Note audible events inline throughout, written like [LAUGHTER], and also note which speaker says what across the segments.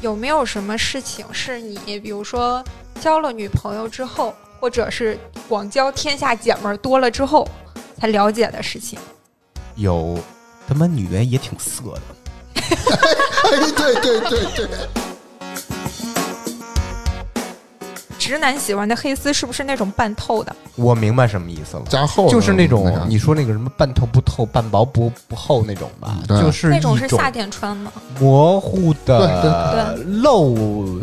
Speaker 1: 有没有什么事情是你，比如说交了女朋友之后，或者是广交天下姐们儿多了之后才了解的事情？
Speaker 2: 有他妈女人也挺色的。
Speaker 3: 哎，对对对对，
Speaker 1: 直男喜欢的黑丝是不是那种半透的？
Speaker 2: 我明白什么意思了，
Speaker 3: 加厚
Speaker 2: 就是那种
Speaker 3: 啥
Speaker 2: 你说那个什么半透不透、半薄不不厚那种吧，
Speaker 3: 嗯对
Speaker 2: 就是
Speaker 1: 那
Speaker 2: 一
Speaker 1: 种是夏天穿吗？
Speaker 2: 模糊的
Speaker 1: 对
Speaker 2: 漏，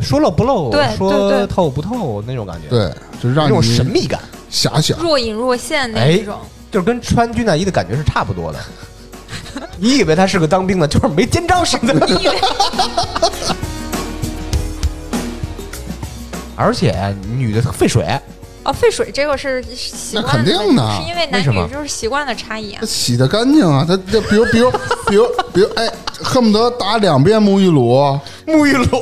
Speaker 2: 说漏不漏
Speaker 1: 对，对
Speaker 2: 说
Speaker 1: 对
Speaker 2: 透不透那种感觉，，
Speaker 3: 对，就
Speaker 2: 那
Speaker 3: 让
Speaker 2: 种
Speaker 3: 你
Speaker 2: 神秘感，
Speaker 3: 遐想。
Speaker 1: 若隐若现那
Speaker 2: 哎
Speaker 1: 种。
Speaker 2: 就是跟穿军大衣的感觉是差不
Speaker 1: [LAUGHS]
Speaker 2: 多的。你以为他是个当兵的，就是没肩章上的。
Speaker 1: 你以为
Speaker 2: [LAUGHS] 而且女的费水，
Speaker 1: 哦，沸水这个是习惯的
Speaker 3: 那肯定的
Speaker 1: 问题是因为
Speaker 2: 为
Speaker 1: 男
Speaker 2: 什么
Speaker 1: 女就是习惯的差异啊
Speaker 3: 他。洗的干净啊，他这比如比如比如比如哎，恨不得打两遍沐浴露，
Speaker 2: 沐浴露，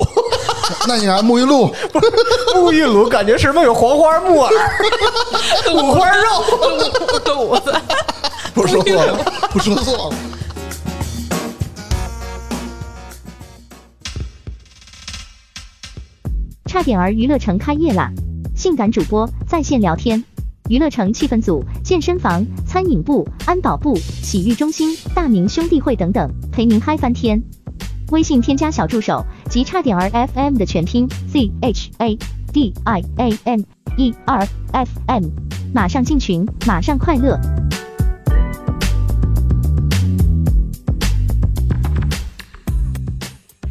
Speaker 3: 那你还沐浴露，
Speaker 2: [LAUGHS] 沐浴露感觉什么有黄花木耳、五花 [LAUGHS] 肉，
Speaker 1: 肚子，
Speaker 3: 不说错了，不说错了。
Speaker 4: 差点儿娱乐城开业啦！性感主播在线聊天，娱乐城气氛组、健身房、餐饮部、安保部、洗浴中心、大明兄弟会等等，陪您嗨翻天。微信添加小助手及差点儿 FM 的全拼 Z H A D I A M E R F M，马上进群，马上快乐。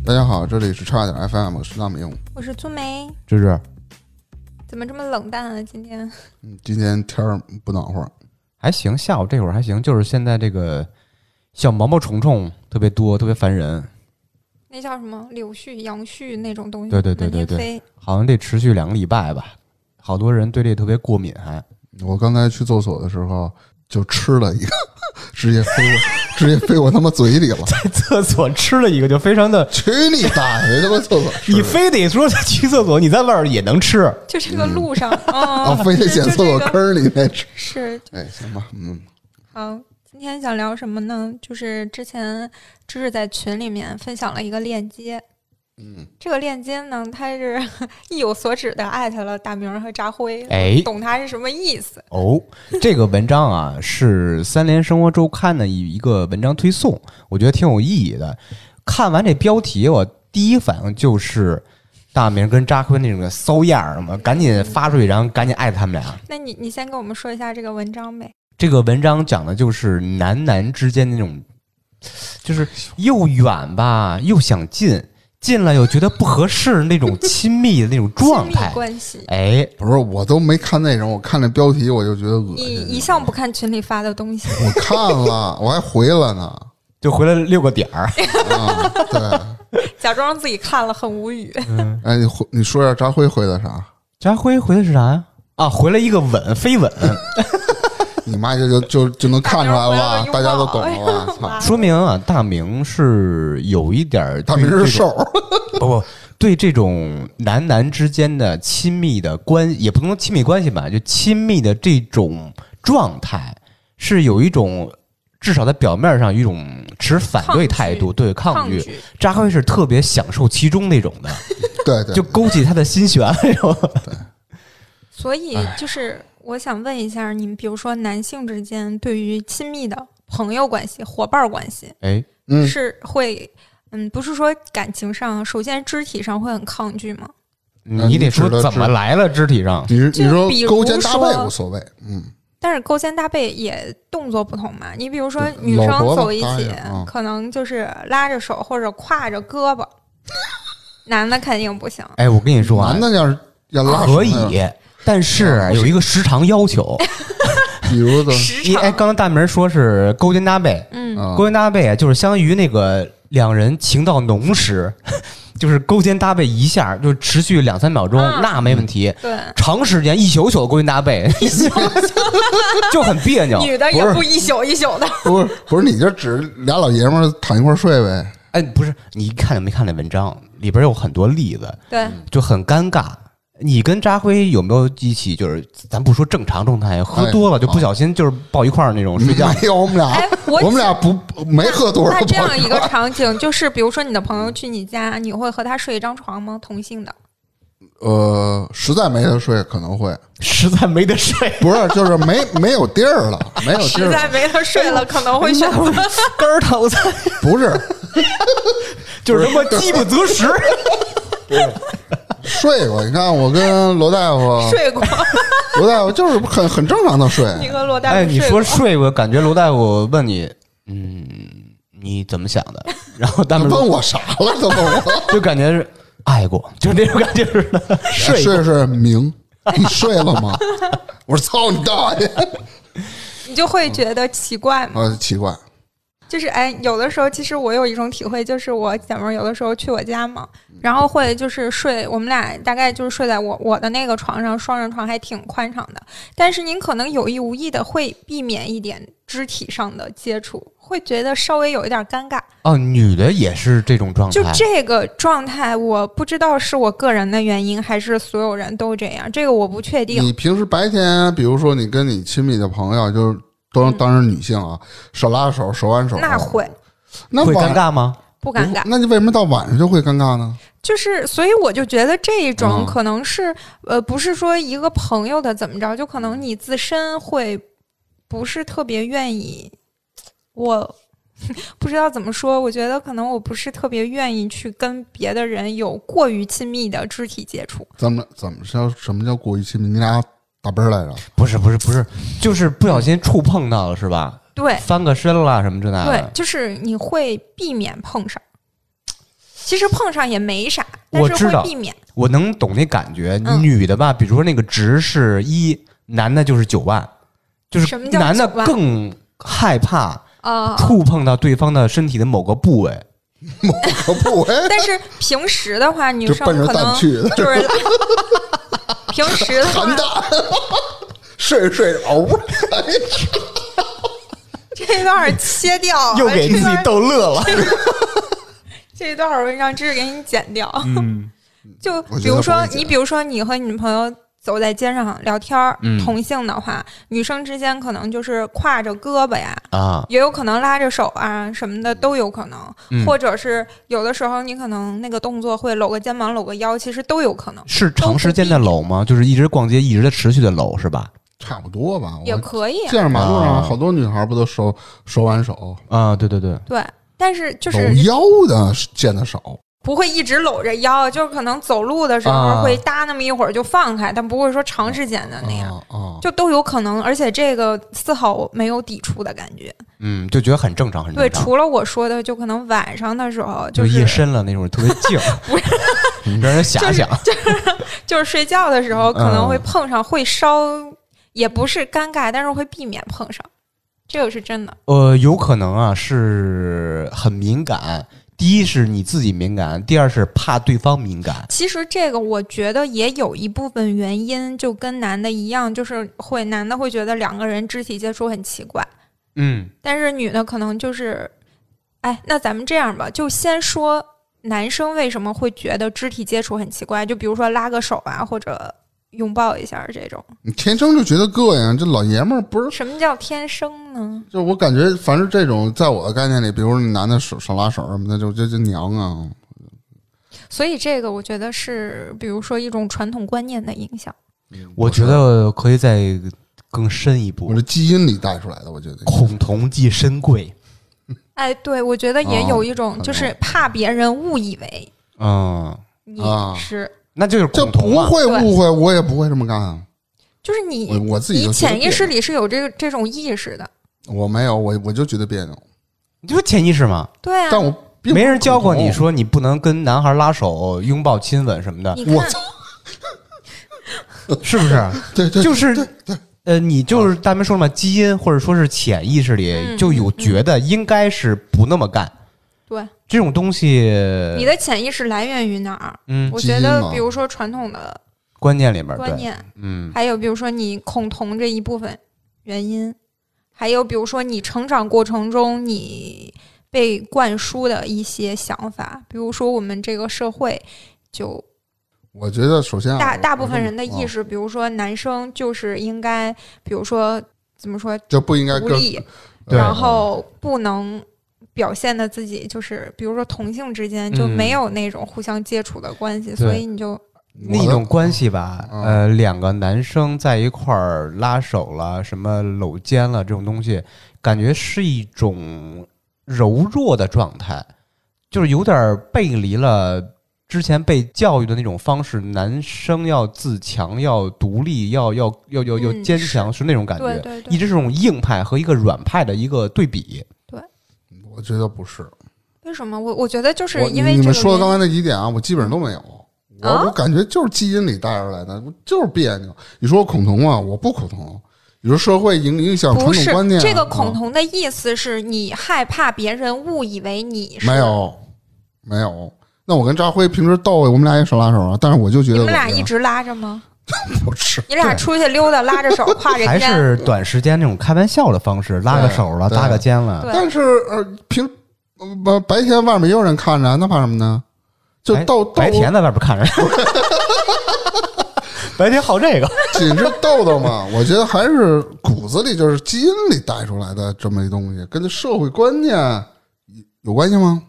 Speaker 3: 大家好，这里是差点 FM，我是大明。
Speaker 1: 我是朱梅，
Speaker 2: 芝芝
Speaker 1: 怎么这么冷淡啊？今天
Speaker 3: 嗯，今天天儿不暖和，
Speaker 2: 还行，下午这会儿还行，就是现在这个小毛毛虫虫特别多，特别烦人，
Speaker 1: 那叫什么柳絮、杨絮那种东西，
Speaker 2: 对对对对
Speaker 1: 满天
Speaker 2: 对
Speaker 1: 飞
Speaker 2: 好像得持续两个礼拜吧。好多人对这特别过敏，还
Speaker 3: 我刚才去厕所的时候就吃了一个，直接飞我，直接飞我他妈嘴里了。 [LAUGHS]
Speaker 2: 在厕所吃了一个，就非常的。
Speaker 3: 去你大爷！他妈厕所吃的，
Speaker 2: 你非得说去厕所，你在外边也能吃，
Speaker 1: 就这
Speaker 2: 嗯
Speaker 1: 个路
Speaker 2: [LAUGHS]
Speaker 1: 上，
Speaker 3: 啊，
Speaker 2: 哦
Speaker 1: 嗯，
Speaker 3: 非得捡厕所坑里那吃。
Speaker 1: 是
Speaker 3: 哎，行吧，嗯，
Speaker 1: 好。今天想聊什么呢？就是之前芝芝在群里面分享了一个链接，
Speaker 3: 嗯，
Speaker 1: 这个链接呢，它是 [LAUGHS] 意有所指的艾特了大明儿和扎辉，
Speaker 2: 哎
Speaker 1: 懂它是什么意思？
Speaker 2: 哦，这个文章啊是《三联生活周刊》的一一个文章推送，我觉得挺有意义的。看完这标题，我第一反应就是大明跟扎坤那种骚样儿嘛，赶紧发出去，然后赶紧艾特他们俩。
Speaker 1: 那你你先跟我们说一下这个文章呗。
Speaker 2: 这个文章讲的就是男男之间那种，就是又远吧又想近，近了又觉得不合适那种亲密的那种状
Speaker 1: 亲密
Speaker 2: 态。
Speaker 1: 关系，
Speaker 2: 哎，
Speaker 3: 不是，我都没看内容，我看那标题我就觉得恶
Speaker 1: 你
Speaker 3: 心。
Speaker 1: 一向不看群里发的东
Speaker 2: [LAUGHS]
Speaker 1: 西，
Speaker 3: 我看了，我还回了呢。
Speaker 2: 就回来六个点儿。
Speaker 3: 啊，对，
Speaker 1: 假装自己看了很无语。
Speaker 3: 哎，你回你说一下扎辉回的啥？
Speaker 2: [LAUGHS] 扎辉回的是啥呀？啊，回了一个吻，飞吻。
Speaker 3: 你妈就就就就能看出来了吧？
Speaker 1: 大
Speaker 3: 大
Speaker 1: 家
Speaker 3: 家
Speaker 1: 都
Speaker 3: 都
Speaker 1: 懂
Speaker 3: 懂
Speaker 1: 了
Speaker 3: 了
Speaker 1: 吧
Speaker 3: 吧？操，
Speaker 2: 说明啊，大明是有一点儿对
Speaker 3: 大明
Speaker 2: 这
Speaker 3: 是
Speaker 2: 种
Speaker 3: 瘦，
Speaker 2: 不不对这种男男之间的亲密的关，也不能说亲密关系吧，就亲密的这种状态是有一种。至少在表面上，有一种持反对态度，
Speaker 1: 抗
Speaker 2: 对
Speaker 1: 抗
Speaker 2: 抗拒。扎辉是特别享受其中那种的，
Speaker 3: 对对，
Speaker 2: 就勾起他的心弦那
Speaker 3: [LAUGHS]
Speaker 2: 种。
Speaker 1: 所以
Speaker 2: 哎
Speaker 1: 就是我想问一下，你们比如说男性之间对于亲密的朋友关系、伙伴关系，
Speaker 2: 哎，
Speaker 3: 嗯，
Speaker 1: 是会嗯，不是说感情上，首先肢体上会很抗拒吗？
Speaker 3: 嗯
Speaker 2: 你得说
Speaker 3: 指的
Speaker 2: 怎么
Speaker 3: 指
Speaker 2: 来了肢体上，
Speaker 3: 你是
Speaker 1: 就
Speaker 3: 你说
Speaker 1: 比如
Speaker 3: 勾肩搭背
Speaker 1: 说
Speaker 3: 无所谓，嗯，
Speaker 1: 但是勾肩搭背也动作不同嘛。你比如说
Speaker 3: 对
Speaker 1: 女生
Speaker 3: 搂脖子
Speaker 1: 走一
Speaker 3: 当
Speaker 1: 起
Speaker 3: 然啊，
Speaker 1: 可能就是拉着手或者挎着胳膊，男的肯定不行。
Speaker 2: 哎，我跟你说啊，
Speaker 3: 男的要是要拉
Speaker 2: 可
Speaker 3: 手那
Speaker 2: 以，但是有一个时长要求。
Speaker 3: 种，比如的，
Speaker 1: 时
Speaker 2: 你
Speaker 1: 长
Speaker 2: 哎，刚才大明说是勾肩搭背，
Speaker 1: 嗯，
Speaker 3: 啊
Speaker 2: 勾肩搭背啊，就是相当于那个两人情到浓时， [LAUGHS] 就是勾肩搭背一下，就持续两三秒钟，
Speaker 1: 啊
Speaker 2: 那没问题。
Speaker 1: 对。
Speaker 2: 长时间一宿一宿的勾肩搭背，
Speaker 1: [LAUGHS]
Speaker 2: [LAUGHS] 就很别扭。
Speaker 1: 女的也
Speaker 3: 不是
Speaker 1: 不一宿一宿的，
Speaker 3: 不是不是，你就指俩老爷们儿躺一块儿睡
Speaker 2: [LAUGHS]
Speaker 3: 呗，
Speaker 2: 哎，不是，你看见没看那文章里边有很多例子，
Speaker 1: 对，
Speaker 2: 就很尴尬。你跟扎辉有没有一起就是，咱不说正常状态，喝多了就不小心就是抱一块儿那种
Speaker 1: [LAUGHS]
Speaker 2: 睡觉？
Speaker 3: 没有，我们俩，
Speaker 1: 哎，我
Speaker 3: 我们俩不没喝多少
Speaker 1: 那
Speaker 3: 酒。
Speaker 1: 这样一个场景，就是比如说你的朋友去你家，你会和他睡一张床吗？同性的，
Speaker 3: 呃，实在没得睡可能会，
Speaker 2: 实在没得睡，
Speaker 3: 不是，就是没没有地儿了，没有地
Speaker 1: 实
Speaker 3: 儿
Speaker 1: 在
Speaker 3: 了，
Speaker 1: 没得睡了，可能会选择。
Speaker 2: 根儿疼，
Speaker 3: 不是
Speaker 2: 就是他妈饥不择
Speaker 1: [LAUGHS]
Speaker 2: 食。
Speaker 3: 睡过。你看我跟罗大夫，
Speaker 1: 睡过，
Speaker 3: 罗大夫就是很很正常的睡，
Speaker 1: 你和罗大夫
Speaker 2: 哎，你
Speaker 1: 睡
Speaker 2: 说
Speaker 1: 过。
Speaker 2: 睡，我感觉罗大夫问你，嗯，你怎么想的？然后他
Speaker 3: 他
Speaker 2: 们
Speaker 3: 问我啥了？他问我
Speaker 2: 就感觉是爱过，就是那种感觉似的。睡过
Speaker 3: 睡是明，你睡了吗？我说操你大爷！
Speaker 1: 你就会觉得奇怪嘛。
Speaker 3: 我奇怪，
Speaker 1: 就是哎，有的时候其实我有一种体会，就是我姐妹儿有的时候去我家嘛，然后会就是睡，我们俩大概就是睡在我我的那个床上，双人床还挺宽敞的，但是您可能有意无意的会避免一点肢体上的接触，会觉得稍微有一点尴尬。
Speaker 2: 哦，女的也是这种状态
Speaker 1: 就。这个状态，我不知道是我个人的原因，还是所有人都这样，这个我不确定。
Speaker 3: 你平时白天，比如说你跟你亲密的朋友，就是都当然女性啊，手拉手，手挽手，
Speaker 1: 嗯
Speaker 3: 啊
Speaker 1: 那会
Speaker 3: 那
Speaker 2: 会
Speaker 3: 晚
Speaker 2: 尴尬吗？
Speaker 1: 不尴尬？
Speaker 3: 那你为什么到晚上就会尴尬呢？
Speaker 1: 就是，所以我就觉得这一种
Speaker 3: 嗯
Speaker 1: 可能是，呃，不是说一个朋友的怎么着，就可能你自身会不是特别愿意，我 [LAUGHS] 不知道怎么说，我觉得可能我不是特别愿意去跟别的人有过于亲密的肢体接触。
Speaker 3: 怎么怎么叫什么叫过于亲密？你俩打啵儿来着？ [LAUGHS]
Speaker 2: 不是不是不是，就是不小心触碰到了是吧？
Speaker 1: 对
Speaker 2: 翻个身啦什么之类
Speaker 1: 哎
Speaker 3: 啊
Speaker 1: 对
Speaker 2: 的，。
Speaker 1: 就是你会避免碰上，其实碰上也没啥，但
Speaker 2: 我
Speaker 1: 是
Speaker 2: 知道
Speaker 1: 会避免。
Speaker 2: 我能懂那感觉。
Speaker 1: 嗯
Speaker 2: 女的吧，比如说那个值是一，男的就是九万，就是
Speaker 1: 什么叫
Speaker 2: 男的
Speaker 1: 九万
Speaker 2: 更害怕
Speaker 1: 啊、 [LAUGHS]
Speaker 2: 触碰到对方的身体的某个部位。
Speaker 3: 可不，哎，
Speaker 1: 但是平时的话，女
Speaker 3: 就
Speaker 1: 生
Speaker 3: 奔着
Speaker 1: 可能
Speaker 3: 蛋去的，
Speaker 1: 就是 [LAUGHS] 平时的话
Speaker 3: 含，蛋，睡着睡着，哦嗷，
Speaker 1: 这段儿切掉，
Speaker 2: [LAUGHS]
Speaker 1: 这段儿
Speaker 2: 逗
Speaker 1: [LAUGHS]
Speaker 2: 乐了。
Speaker 1: 这段儿我让知识给你剪掉。
Speaker 2: 嗯，
Speaker 1: 就
Speaker 3: 我觉得
Speaker 1: 比如
Speaker 3: 不
Speaker 1: 说
Speaker 3: 会，剪
Speaker 1: 你比如说你和你朋友走在街上聊天儿，
Speaker 2: 嗯
Speaker 1: 同性的话，女生之间可能就是挎着胳膊呀，
Speaker 2: 啊，
Speaker 1: 也有可能拉着手啊什么的都有可能，
Speaker 2: 嗯
Speaker 1: 或者是有的时候你可能那个动作会搂个肩膀、搂个腰，其实都有可能，
Speaker 3: 哦
Speaker 2: 是长时间的搂吗？就是一直逛街，一直在持续的搂是吧？
Speaker 3: 差不多吧。
Speaker 1: 也
Speaker 3: 我
Speaker 1: 可以啊、
Speaker 3: 见着马路
Speaker 2: 啊
Speaker 3: 上好多女孩不都手手挽手，
Speaker 2: 啊，对对对，
Speaker 1: 对。但是就是
Speaker 3: 搂腰的见的少，
Speaker 1: 不会一直搂着腰，就是可能走路的时
Speaker 2: 啊
Speaker 1: 候会搭那么一会儿就放开，但不会说长时间的那样，
Speaker 2: 哦
Speaker 3: 啊啊，
Speaker 1: 就都有可能。而且这个丝毫没有抵触的感觉。
Speaker 2: 嗯，就觉得很正常，很
Speaker 1: 对，
Speaker 2: 正常。
Speaker 1: 除了我说的，就可能晚上的时候
Speaker 2: 就是夜深了那种特别
Speaker 1: [LAUGHS]
Speaker 2: 静，你让人遐想。
Speaker 1: 就是睡觉的时候可能会
Speaker 2: 嗯
Speaker 1: 碰上，会稍也不是尴尬，但是会避免碰上，这个是真的。
Speaker 2: 呃，有可能啊，是很敏感。第一是你自己敏感，第二是怕对方敏感。
Speaker 1: 其实这个我觉得也有一部分原因，就跟男的一样，就是会男的会觉得两个人肢体接触很奇怪。
Speaker 2: 嗯，
Speaker 1: 但是女的可能就是，哎，那咱们这样吧，就先说男生为什么会觉得肢体接触很奇怪，就比如说拉个手啊，或者拥抱一下这种。
Speaker 3: 你天生就觉得膈应，这老爷们儿不是。
Speaker 1: 什么叫天生呢？
Speaker 3: 就我感觉，凡是这种，在我的概念里，比如说你男的手手拉手什么的，就就就娘啊，
Speaker 1: 所以这个我觉得是，比如说一种传统观念的影响。
Speaker 2: 我觉得可以再更深一
Speaker 3: 我
Speaker 2: 步
Speaker 3: 是，基因里带出来的，我觉得
Speaker 2: 恐同即深贵。
Speaker 1: 哎，对，我觉得也有一
Speaker 3: 哦
Speaker 1: 种，就是怕别人误以为
Speaker 2: 嗯，
Speaker 1: 你
Speaker 3: 啊
Speaker 1: 是，
Speaker 2: 那就是
Speaker 3: 这
Speaker 2: 恐同啊嘛。
Speaker 3: 不会误会，我也不会这么干啊。
Speaker 1: 就是
Speaker 3: 我
Speaker 1: 你，
Speaker 3: 我自己
Speaker 1: 你
Speaker 3: 就觉得
Speaker 1: 潜意识
Speaker 3: 别
Speaker 1: 里是有这个这种意识的。
Speaker 3: 扭，我没有，我我就觉得别扭，
Speaker 2: 你就是潜意识嘛，
Speaker 1: 对啊，
Speaker 3: 但我并不
Speaker 2: 没人教过
Speaker 3: 恐
Speaker 2: 你
Speaker 3: 同
Speaker 2: 说你不能跟男孩拉手、拥抱、亲吻什么的，
Speaker 1: 你
Speaker 3: 我
Speaker 1: 看，
Speaker 2: 是不是？
Speaker 3: [LAUGHS] 对对，
Speaker 2: 就是，呃，你就是大明说了嘛，基因或者说是潜意识里
Speaker 1: 嗯
Speaker 2: 就有觉得应该是不那么干
Speaker 1: 对，
Speaker 2: 这种东西。
Speaker 1: 你的潜意识来源于哪儿？
Speaker 2: 嗯，
Speaker 1: 我
Speaker 3: 基
Speaker 1: 觉
Speaker 3: 因
Speaker 1: 得
Speaker 3: 嘛，
Speaker 1: 比如说传统的
Speaker 2: 观念里面
Speaker 1: 观
Speaker 2: 对，
Speaker 1: 念，
Speaker 2: 嗯，
Speaker 1: 还有比如说你恐同这一部分原因，还有比如说你成长过程中你被灌输的一些想法，比如说我们这个社会就
Speaker 3: 我觉得首先啊
Speaker 1: 大
Speaker 3: 我
Speaker 1: 大部分人的意
Speaker 3: 啊
Speaker 1: 识，比如说男生就是应该，比如说怎么说
Speaker 3: 就不应该嗯
Speaker 1: 独
Speaker 3: 跟
Speaker 1: 立，
Speaker 2: 对
Speaker 1: 然后不能表现的自己就是，比如说同性之间
Speaker 3: 嗯
Speaker 1: 就没有那种互相接触的关系，所以你就
Speaker 2: 那种关系吧，
Speaker 3: 嗯
Speaker 2: 呃，两个男生在一块儿拉手了，什么搂肩了，这种东西，感觉是一种柔弱的状态，就是有点儿背离了之前被教育的那种方式。男生要自强，要独立，要要要要要
Speaker 1: 嗯
Speaker 2: 坚强，是那种感
Speaker 1: 对
Speaker 2: 觉。
Speaker 1: 对
Speaker 2: 一
Speaker 1: 对，
Speaker 2: 直是这种硬派和一个软派的一个对比。
Speaker 3: 嗯我觉得不是，
Speaker 1: 为什么我我觉得就是
Speaker 3: 我
Speaker 1: 因为
Speaker 3: 你
Speaker 1: 这
Speaker 3: 们
Speaker 1: 个
Speaker 3: 说的
Speaker 1: 原
Speaker 3: 刚
Speaker 1: 因
Speaker 3: 才那几点啊，我基本上都没有。我、
Speaker 1: 啊
Speaker 3: 我感觉就是基因里带出来的，就是别扭。你说我恐同吗？我不恐同。你说社会影影响传
Speaker 1: 不
Speaker 3: 统
Speaker 1: 是
Speaker 3: 观念啊，
Speaker 1: 这个恐
Speaker 3: 啊
Speaker 1: 同的意思是你害怕别人误以为你是
Speaker 3: 嗯没有没有。那我跟扎辉平时斗，我们俩也手拉手啊，但是我就觉
Speaker 1: 你
Speaker 3: 得我
Speaker 1: 们俩一
Speaker 3: 这
Speaker 1: 直拉着吗？
Speaker 3: 样不是
Speaker 1: 你俩出去溜达，拉着手，
Speaker 3: [LAUGHS]
Speaker 1: 挎着
Speaker 2: 还
Speaker 1: 肩，
Speaker 2: 是短时间那种开玩笑的方式，拉个
Speaker 3: 对
Speaker 2: 手了，
Speaker 3: 对
Speaker 2: 搭个肩了，
Speaker 1: 对
Speaker 3: 但是呃，平呃白天外面也有人看着，啊那怕什么呢？就
Speaker 2: 白
Speaker 3: 豆豆
Speaker 2: 哎白田在外
Speaker 1: [LAUGHS]
Speaker 2: 边看着，白田好这个，
Speaker 3: [LAUGHS] 仅是豆豆嘛，我觉得还是骨子里就是基因里带出来的这么一东西，跟社会观念有有关系吗？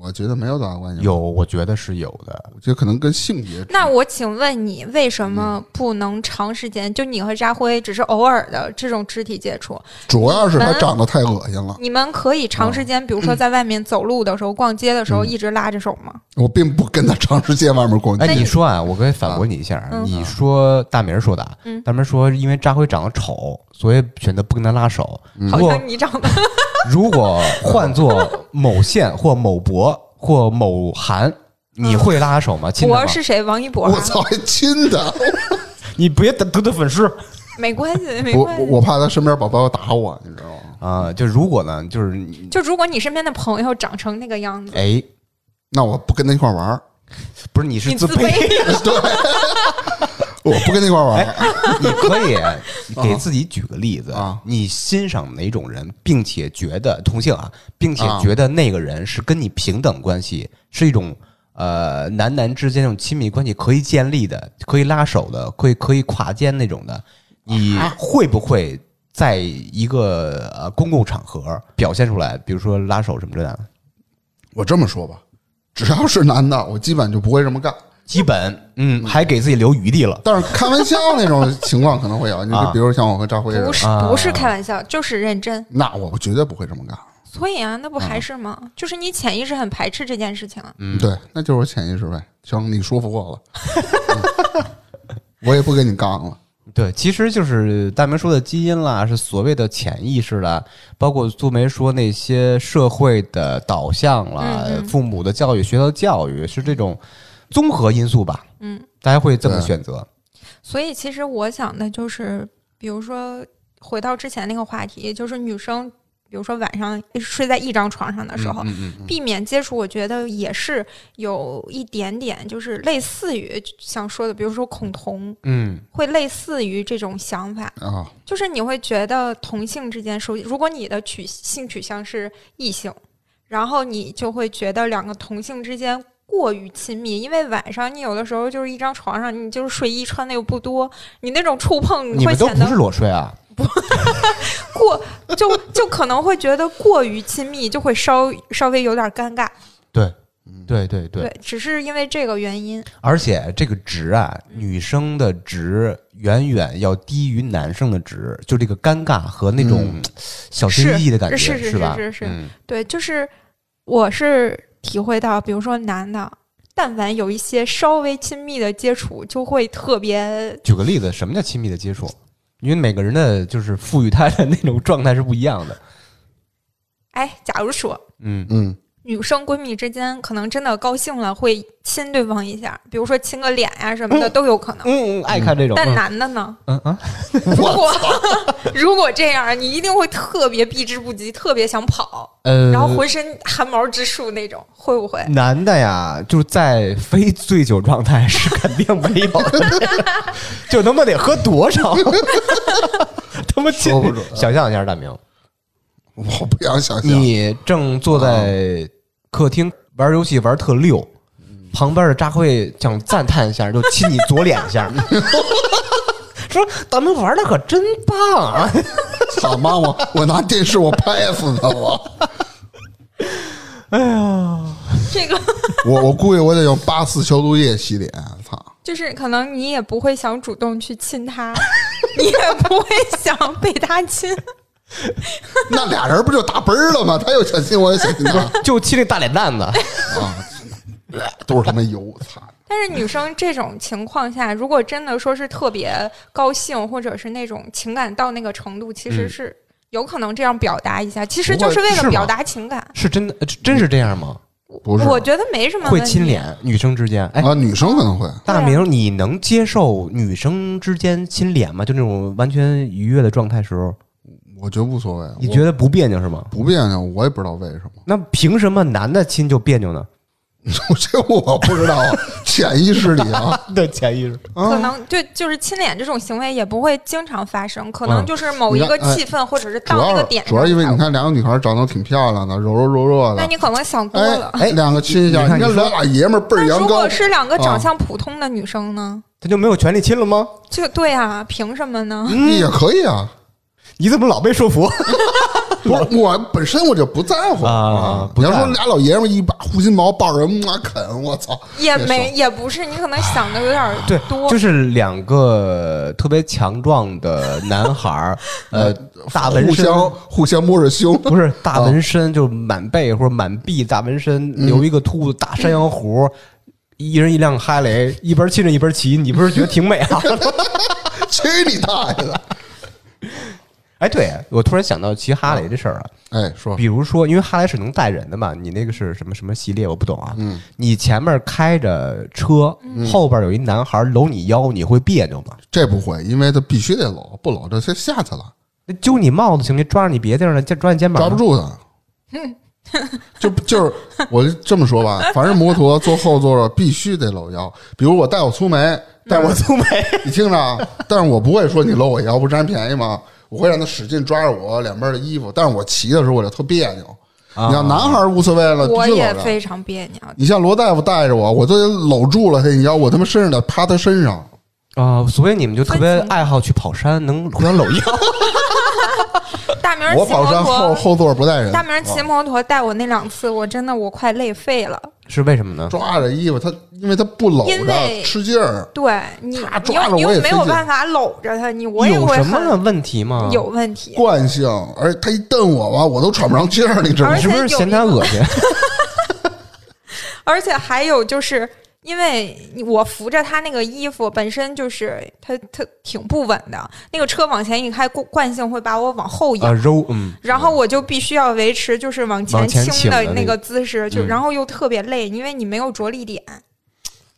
Speaker 3: 我觉得没有多大关
Speaker 2: [LAUGHS]
Speaker 3: 系。，
Speaker 2: 有，我觉得是有的。
Speaker 3: 我觉得可能跟性别。
Speaker 1: 那我请问你，为什
Speaker 3: 嗯
Speaker 1: 么不能长时间？就你和扎辉只是偶尔的这种肢体接触，
Speaker 3: 主要是
Speaker 1: 嗯
Speaker 3: 他长得太恶心了，
Speaker 1: 你们可以长
Speaker 3: 嗯
Speaker 1: 时间，比如说在外面走路的时候、逛街的时候，一直拉着手吗？
Speaker 3: 我并不跟他长时间外面逛街。
Speaker 2: 哎，
Speaker 1: 那
Speaker 2: 你
Speaker 1: 你
Speaker 2: 说啊，我可以反驳你一下啊。
Speaker 1: 嗯
Speaker 2: 你说大明说的啊，
Speaker 1: 嗯
Speaker 2: 大明说因为扎辉长得丑，所以选择不跟他拉手。如
Speaker 1: 嗯好
Speaker 2: 果
Speaker 1: 像你 [LAUGHS] 长
Speaker 3: [LAUGHS]
Speaker 1: 得
Speaker 2: 如果换做某县或某博或某韩，你会拉手吗？亲他
Speaker 1: 博嗯
Speaker 2: 吗？
Speaker 1: 是谁？王一博、啊？
Speaker 3: 我操，还亲的！
Speaker 2: 你别得罪粉丝。
Speaker 1: 没关系， [LAUGHS] 没
Speaker 3: 我
Speaker 1: 关
Speaker 3: 我
Speaker 1: 系。
Speaker 3: 我怕他身边宝宝打我，你知道吗？
Speaker 2: 啊、就如果呢，就是你
Speaker 1: 就如果你身边的朋友长成那个样子，
Speaker 2: 哎，
Speaker 3: 那我不跟他一块玩儿， [LAUGHS]
Speaker 2: 不是你是
Speaker 1: 你自
Speaker 2: 卑，
Speaker 1: 卑。
Speaker 3: 我不跟他一块玩儿。
Speaker 2: 你可以给自己举个例子
Speaker 3: 啊
Speaker 2: 你欣赏哪种人，并且觉得同性啊，并且
Speaker 3: 啊
Speaker 2: 觉得那个人是跟你平等关系，是一种呃男男之间那种亲密关系可以建立的，可以拉手的，可以可以跨肩那种的，你
Speaker 3: 啊
Speaker 2: 会不会？在一个呃公共场合表现出来，比如说拉手什么之类的，
Speaker 3: 我这么说吧，只要是男的，我基本就不会这么干。
Speaker 2: 基本嗯还给自己留余地了。
Speaker 3: 但是开玩笑那种情况可能会有，你
Speaker 2: 啊
Speaker 3: 就比如像我和扎辉似的
Speaker 1: 不，是
Speaker 2: 啊
Speaker 1: 不是开玩笑，就是认真。
Speaker 3: 那我绝对不会这么干。
Speaker 1: 所以啊，那不还是吗？就是你潜意识很排斥这件事情啊。
Speaker 2: 嗯
Speaker 3: 对，那就是我潜意识呗。行，你说服我了，嗯 [LAUGHS] 我也不跟你杠了。
Speaker 2: 对，其实就是大明说的基因啦，是所谓的潜意识啦，包括苏梅说那些社会的导向啦、
Speaker 1: 嗯嗯
Speaker 2: 父母的教育、学校教育，是这种综合因素吧？
Speaker 1: 嗯，
Speaker 2: 大家会这么
Speaker 3: 对
Speaker 2: 选择。
Speaker 1: 所以其实我想的就是，比如说回到之前那个话题，就是女生，比如说晚上睡在一张床上的时候，
Speaker 2: 嗯嗯嗯
Speaker 1: 避免接触，我觉得也是有一点点，就是类似于想说的，比如说恐同，
Speaker 2: 嗯，
Speaker 1: 会类似于这种想法，
Speaker 3: 啊，
Speaker 1: 就是你会觉得同性之间，首如果你的取性取向是异性，然后你就会觉得两个同性之间。过于亲密，因为晚上你有的时候就是一张床上，你就是睡衣穿的又不多，你那种触碰
Speaker 2: 你
Speaker 1: 会
Speaker 2: 们都
Speaker 1: 显
Speaker 2: 不
Speaker 1: 得
Speaker 2: 是裸睡啊？
Speaker 1: 过，就就可能会觉得过于亲密，就会稍稍微有点尴尬。
Speaker 2: 对，对对对，
Speaker 1: 对，只是因为这个原因。
Speaker 2: 而且这个值啊，女生的值远远要低于男生的值，就这个尴尬和那种小心翼翼的感觉，
Speaker 1: 是是是
Speaker 2: 吧？
Speaker 1: 是是
Speaker 2: 嗯
Speaker 1: 对，就是我是体会到，比如说男的，但凡有一些稍微亲密的接触，就会特别
Speaker 2: 举个例子，什么叫亲密的接触？因为每个人的就是赋予他的那种状态是不一样的。
Speaker 1: 哎。假如说
Speaker 2: 嗯，
Speaker 3: 嗯，
Speaker 1: 女生闺蜜之间可能真的高兴了，会亲对方一下，比如说亲个脸呀、什么的都有可能。
Speaker 2: 嗯嗯，爱看这种。
Speaker 1: 但男的呢？
Speaker 2: 嗯嗯，
Speaker 1: [LAUGHS] 如果 [LAUGHS] 如果这样，你一定会特别避之不及，特别想跑，
Speaker 2: 呃，
Speaker 1: 然后浑身汗毛直竖那种，会不会？
Speaker 2: 男的呀，就是在非醉酒状态是肯定没有的， [LAUGHS] 就他妈得喝多少？ [LAUGHS] 他妈亲
Speaker 3: 说不准
Speaker 2: 想象一下，大明，
Speaker 3: 我不想想象。
Speaker 2: 啊你正坐在客厅玩游戏玩特溜，旁边的扎克会想赞叹一下，就亲你左脸一下， [LAUGHS] 说大明玩的可真棒啊！
Speaker 3: 操妈我我拿电视我拍死他我
Speaker 1: 这个
Speaker 3: [LAUGHS] 我我估计我得用八四消毒液洗脸，操！
Speaker 1: 就是可能你也不会想主动去亲他， [LAUGHS] 你也不会想被他亲。
Speaker 3: 那俩人不就打啵儿了吗？他又想亲我，也想亲 [LAUGHS] 他，
Speaker 2: 就亲那大脸蛋子，
Speaker 3: 啊都是他妈油，操！
Speaker 1: 但是女生这种情况下，如果真的说是特别高兴，或者是那种情感到那个程度，其实
Speaker 2: 嗯
Speaker 1: 是有可能这样表达一下，其实
Speaker 2: 不过
Speaker 1: 就是为
Speaker 2: 是
Speaker 1: 了
Speaker 2: 吗
Speaker 1: 表达情感。
Speaker 2: 是真的，真是这样吗？
Speaker 3: 不是
Speaker 1: 我觉得没什么
Speaker 2: 会
Speaker 1: 问
Speaker 2: 亲
Speaker 1: 题
Speaker 2: 脸，女生之间，哎，
Speaker 3: 啊，女生可能会，
Speaker 2: 大明，你能接受女生之间亲脸吗？就那种完全愉悦的状态时候，
Speaker 3: 我觉得无所谓。
Speaker 2: 你
Speaker 3: 我
Speaker 2: 觉得不别扭是吗？
Speaker 3: 不别扭，我也不知道为什么，
Speaker 2: 那凭什么男的亲就别扭呢？
Speaker 3: [LAUGHS] 这我不知道啊，潜意识里啊，
Speaker 2: 对，潜意识。
Speaker 1: 可
Speaker 3: 啊，
Speaker 1: 能就就是亲脸这种行为也不会经常发生，可能就是某一个
Speaker 3: 你看哎
Speaker 1: 气氛或者是
Speaker 3: 主
Speaker 1: 到那个
Speaker 3: 要
Speaker 1: 点
Speaker 3: 主要因为
Speaker 1: 上
Speaker 3: 你
Speaker 1: 才
Speaker 3: 看两个女孩长得挺漂亮的，柔柔弱弱
Speaker 1: 会，那
Speaker 3: 的，
Speaker 1: 你可能想多
Speaker 3: 哎
Speaker 1: 了。
Speaker 3: 哎，两个亲一下，
Speaker 2: 你看
Speaker 3: 你看
Speaker 2: 你说
Speaker 3: 咱俩爷们儿倍
Speaker 1: 但
Speaker 3: 儿阳
Speaker 1: 如
Speaker 3: 刚
Speaker 1: 果，是两个
Speaker 3: 啊
Speaker 1: 长相普通的女生呢？
Speaker 2: 他就没有权利亲了吗？
Speaker 1: 就对啊，凭什么呢？
Speaker 3: 也可
Speaker 2: [LAUGHS]
Speaker 3: 以啊。
Speaker 2: 你怎么老被说服？
Speaker 3: 不是我本身我就不在乎
Speaker 2: 啊
Speaker 3: 你
Speaker 2: 不在
Speaker 3: 要
Speaker 2: 乎
Speaker 3: 说俩老爷们儿一把护心毛抱着嗯啊啃，我操！
Speaker 1: 也没也不是，你可能想的有点
Speaker 2: 对，
Speaker 1: 多。
Speaker 2: 就是两个特别强壮的男孩儿，呃， [LAUGHS] 大纹
Speaker 3: 互
Speaker 2: 身，
Speaker 3: 相互相摸着胸， [LAUGHS]
Speaker 2: 不是大纹身，就是满背或者满臂大纹身，留一个秃子，大山羊胡，一人一辆哈雷，一边亲着一边骑，你不是觉得挺美
Speaker 3: [LAUGHS]
Speaker 2: 啊？
Speaker 3: 去你大爷的！
Speaker 2: 哎，对我突然想到骑哈雷这事儿啊，
Speaker 3: 哎，说
Speaker 2: 比如说，因为哈雷是能带人的嘛，你那个是什么什么系列我不懂啊，
Speaker 3: 嗯
Speaker 2: 你前面开着车，后边有一男孩搂你腰，你会别扭吗？
Speaker 3: 这不会，因为他必须得搂，不搂这先下去了，
Speaker 2: 那揪你帽子行不行？抓着你别地儿呢，抓抓你肩膀，
Speaker 3: 抓不。住他。就就是我这么说吧，凡是摩托坐后座的必须得搂腰。比如我带我粗眉，带我
Speaker 2: 粗眉，
Speaker 3: 你听着啊，但是我不会说你搂我腰不占便宜吗？我会让他使劲抓着我两边的衣服，但是我骑的时候我就特别扭。
Speaker 2: 啊
Speaker 3: 你要男孩儿无所谓了，
Speaker 1: 我
Speaker 3: 必须
Speaker 1: 也
Speaker 3: 搂着。
Speaker 1: 非常别扭，
Speaker 3: 你像罗大夫带着我，我都搂住了他，你要我他妈身上得趴他身
Speaker 2: [LAUGHS]
Speaker 3: 上，
Speaker 2: 啊，所以你们就特别
Speaker 1: 分层
Speaker 2: 爱好去跑山，能互相搂腰。
Speaker 1: 大明儿
Speaker 3: 我
Speaker 1: 骑
Speaker 3: 跑
Speaker 1: 摩
Speaker 3: 山后
Speaker 1: 托，
Speaker 3: 后座不带人。
Speaker 1: 大明儿骑
Speaker 3: 啊
Speaker 1: 摩托带我那两次，我真的我快累废了。
Speaker 2: 是为什么呢？
Speaker 3: 抓着衣服，他因为他不搂
Speaker 1: 因为
Speaker 3: 着吃劲儿，
Speaker 1: 对你，
Speaker 3: 咔
Speaker 1: 你
Speaker 3: 抓
Speaker 1: 又
Speaker 3: 着
Speaker 1: 你又
Speaker 3: 我也
Speaker 1: 没
Speaker 3: 费
Speaker 1: 有
Speaker 3: 劲
Speaker 1: 办法搂着他，你我也
Speaker 2: 有
Speaker 1: 会
Speaker 2: 什么
Speaker 1: 很
Speaker 2: 问题吗？
Speaker 1: 有问题。
Speaker 3: 惯性，而他一瞪我吧，我都喘不上气儿，你知道吗
Speaker 1: 而
Speaker 2: 你？
Speaker 1: 且
Speaker 2: 是不是嫌他恶心？ [LAUGHS]
Speaker 1: 而且还有就是因为我扶着他那个衣服本身就是他他挺不稳的，那个车往前一开，惯惯性会把我往后
Speaker 2: 啊，
Speaker 1: 仰。
Speaker 2: 揉，嗯，
Speaker 1: 然后我就必须要维持就是往前
Speaker 2: 往前
Speaker 1: 倾
Speaker 2: 倾的
Speaker 1: 那
Speaker 2: 那
Speaker 1: 个
Speaker 2: 个
Speaker 1: 姿势，就
Speaker 2: 嗯
Speaker 1: 然后又特别累，因为你没有着力点。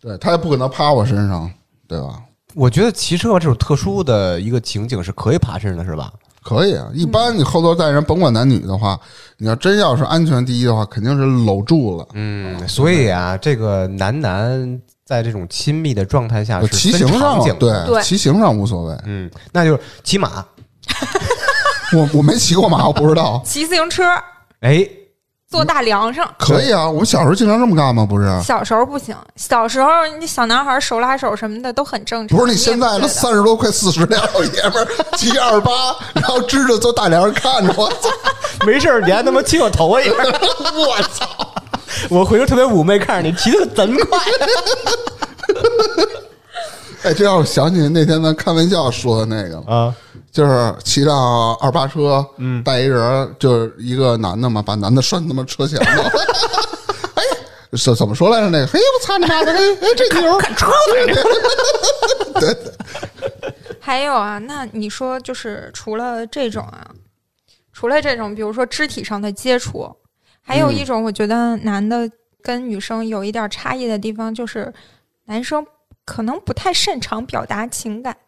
Speaker 3: 对他也不可能趴我身上，对吧？
Speaker 2: 我觉得骑车这种特殊的一个情景是可以爬身的，是吧？
Speaker 3: 可以啊，一般你后座带人，甭管男女的话，你要真要是安全第一的话，肯定是搂住了。
Speaker 2: 嗯，所以啊，这个男男在这种亲密的状态下是
Speaker 3: 骑
Speaker 2: 分
Speaker 3: 行上
Speaker 2: 场景的，
Speaker 3: 对，
Speaker 1: 对。
Speaker 3: 骑行上无所谓。 [LAUGHS]
Speaker 2: 嗯，那就是骑马，
Speaker 3: 我我没骑过马，我不知
Speaker 2: [LAUGHS]
Speaker 3: 道
Speaker 1: 骑自行车
Speaker 2: 哎，
Speaker 1: 坐大梁上，
Speaker 3: 可以啊，我们小时候经常这么干吗？不是，
Speaker 1: 小时候不行，小时候那小男孩手拉手什么的都很正常。
Speaker 3: 不是你
Speaker 1: 也
Speaker 3: 现在
Speaker 1: 觉
Speaker 3: 都
Speaker 1: 得
Speaker 3: 三十多快四十的老爷们儿骑二八， [LAUGHS] 然后支着坐大梁上看着我，操！
Speaker 2: 没事儿，你还 [LAUGHS] 他妈亲我头一下，
Speaker 3: 我操！
Speaker 2: [LAUGHS] 我回头特别妩媚看着你，骑的真快。
Speaker 3: 哎，这让我想起那天咱开玩笑说的那个了，
Speaker 2: 啊，
Speaker 3: 就是骑辆二八车，嗯，带一人，就是一个男的嘛，把男的拴他妈车前头。哎，怎怎么说来着？那个，嘿，我操你妈的！哎，哎这妞看车
Speaker 1: [LAUGHS]
Speaker 3: 子，对，对
Speaker 1: 还有啊，那你说就是除了这种啊，除了这种，比如说肢体上的接触，还有一种我觉得男的跟女生有一点差异的地方，就是男生可能不太擅长表达情感。
Speaker 2: [LAUGHS]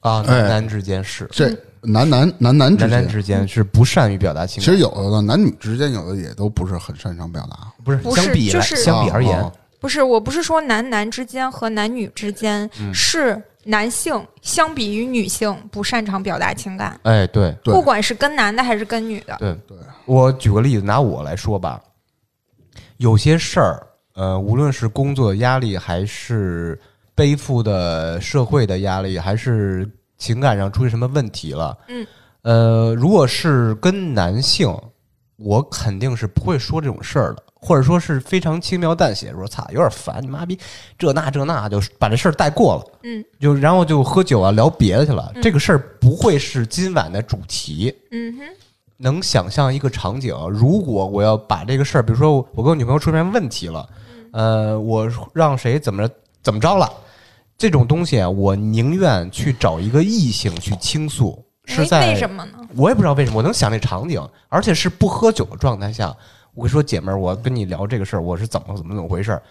Speaker 2: 啊，
Speaker 3: 哎
Speaker 2: 男男之间是，
Speaker 3: 这男男男男之
Speaker 2: 男男
Speaker 3: 间，
Speaker 2: 之间是不善于表达情
Speaker 3: 其
Speaker 2: 感，
Speaker 3: 实有的男女之间有的也都不是很擅长表达。
Speaker 2: 不是
Speaker 1: 不是
Speaker 2: 相比来
Speaker 1: 就是
Speaker 2: 相比而
Speaker 3: 啊
Speaker 2: 言，
Speaker 1: 不是，我不是说男男之间和男女之间，
Speaker 2: 嗯
Speaker 1: 是男性相比于女性不擅长表达情感，
Speaker 2: 哎，对
Speaker 3: 对
Speaker 1: 不管是跟男的还是跟女的，
Speaker 2: 对对。我举个例子，拿我来说吧，有些事儿，呃，无论是工作压力，还是背负的社会的压力，还是情感上出现什么问题了，
Speaker 1: 嗯，
Speaker 2: 呃，如果是跟男性，我肯定是不会说这种事儿的，或者说是非常轻描淡写地说“操，有点烦，你妈逼这那这那”，就把这事儿带过了。
Speaker 1: 嗯
Speaker 2: 就然后就喝酒啊，聊别的去了。
Speaker 1: 嗯
Speaker 2: 这个事儿不会是今晚的主题。
Speaker 1: 嗯哼，
Speaker 2: 能想象一个场景，如果我要把这个事儿，比如说我跟我女朋友出现问题了，呃，我让谁怎么着怎么着了，这种东西啊，我宁愿去找一个异性去倾诉，是
Speaker 1: 哎
Speaker 2: 在
Speaker 1: 为什么呢？
Speaker 2: 我也不知道为什么，我能想那场景，而且是不喝酒的状态下，我跟你说姐们儿，我跟你聊这个事儿，我是怎么怎么怎么回事儿，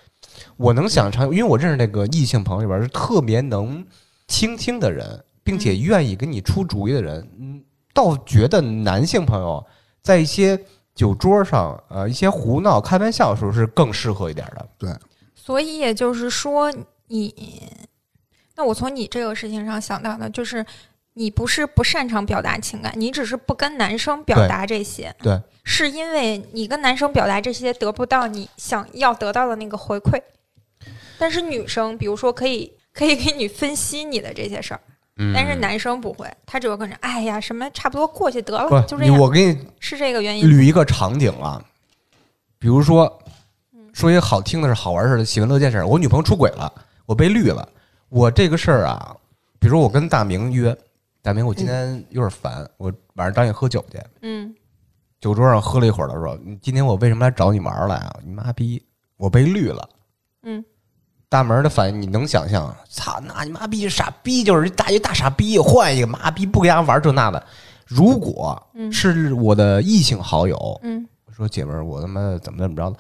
Speaker 2: 我能想场，因为我认识那个异性朋友里边儿是特别能倾听的人，并且愿意给你出主意的人，嗯，倒觉得男性朋友在一些酒桌上，呃，一些胡闹开玩笑的时候是更适合一点的。
Speaker 1: 所以也就是说你，那我从你这个事情上想到的就是，你不是不擅长表达情感，你只是不跟男生表
Speaker 2: 对
Speaker 1: 达这些，
Speaker 2: 对，
Speaker 1: 是因为你跟男生表达这些得不到你想要得到的那个回馈，但是女生比如说可以可以给你分析你的这些事儿，
Speaker 2: 嗯
Speaker 1: 但是男生不会，他只有跟着，哎呀，什么差不多过去得了，哦就
Speaker 2: 不，
Speaker 1: 这
Speaker 2: 你
Speaker 1: 样，
Speaker 2: 我给你
Speaker 1: 是这个原因吗。
Speaker 2: 捋一个场景啊，比如说，
Speaker 1: 嗯
Speaker 2: 说一个好听的事、好玩的事、喜闻乐见事儿。我女朋友出轨了，我被绿了，我这个事儿啊，比如说我跟大明约，大明我今天有点烦，我晚上找你喝酒去。
Speaker 1: 嗯
Speaker 2: 酒桌上喝了一会儿，他说：“你今天我为什么来找你玩儿来啊？你妈逼，我被绿了。”
Speaker 1: 嗯，
Speaker 2: 大门的反应你能想象？操，那你妈逼傻逼就是一大一大傻逼，换一个妈逼不跟他玩这那的。如果
Speaker 1: 嗯
Speaker 2: 是我的异性好友，
Speaker 1: 嗯
Speaker 2: 我说姐们儿，我他妈怎么怎么着的，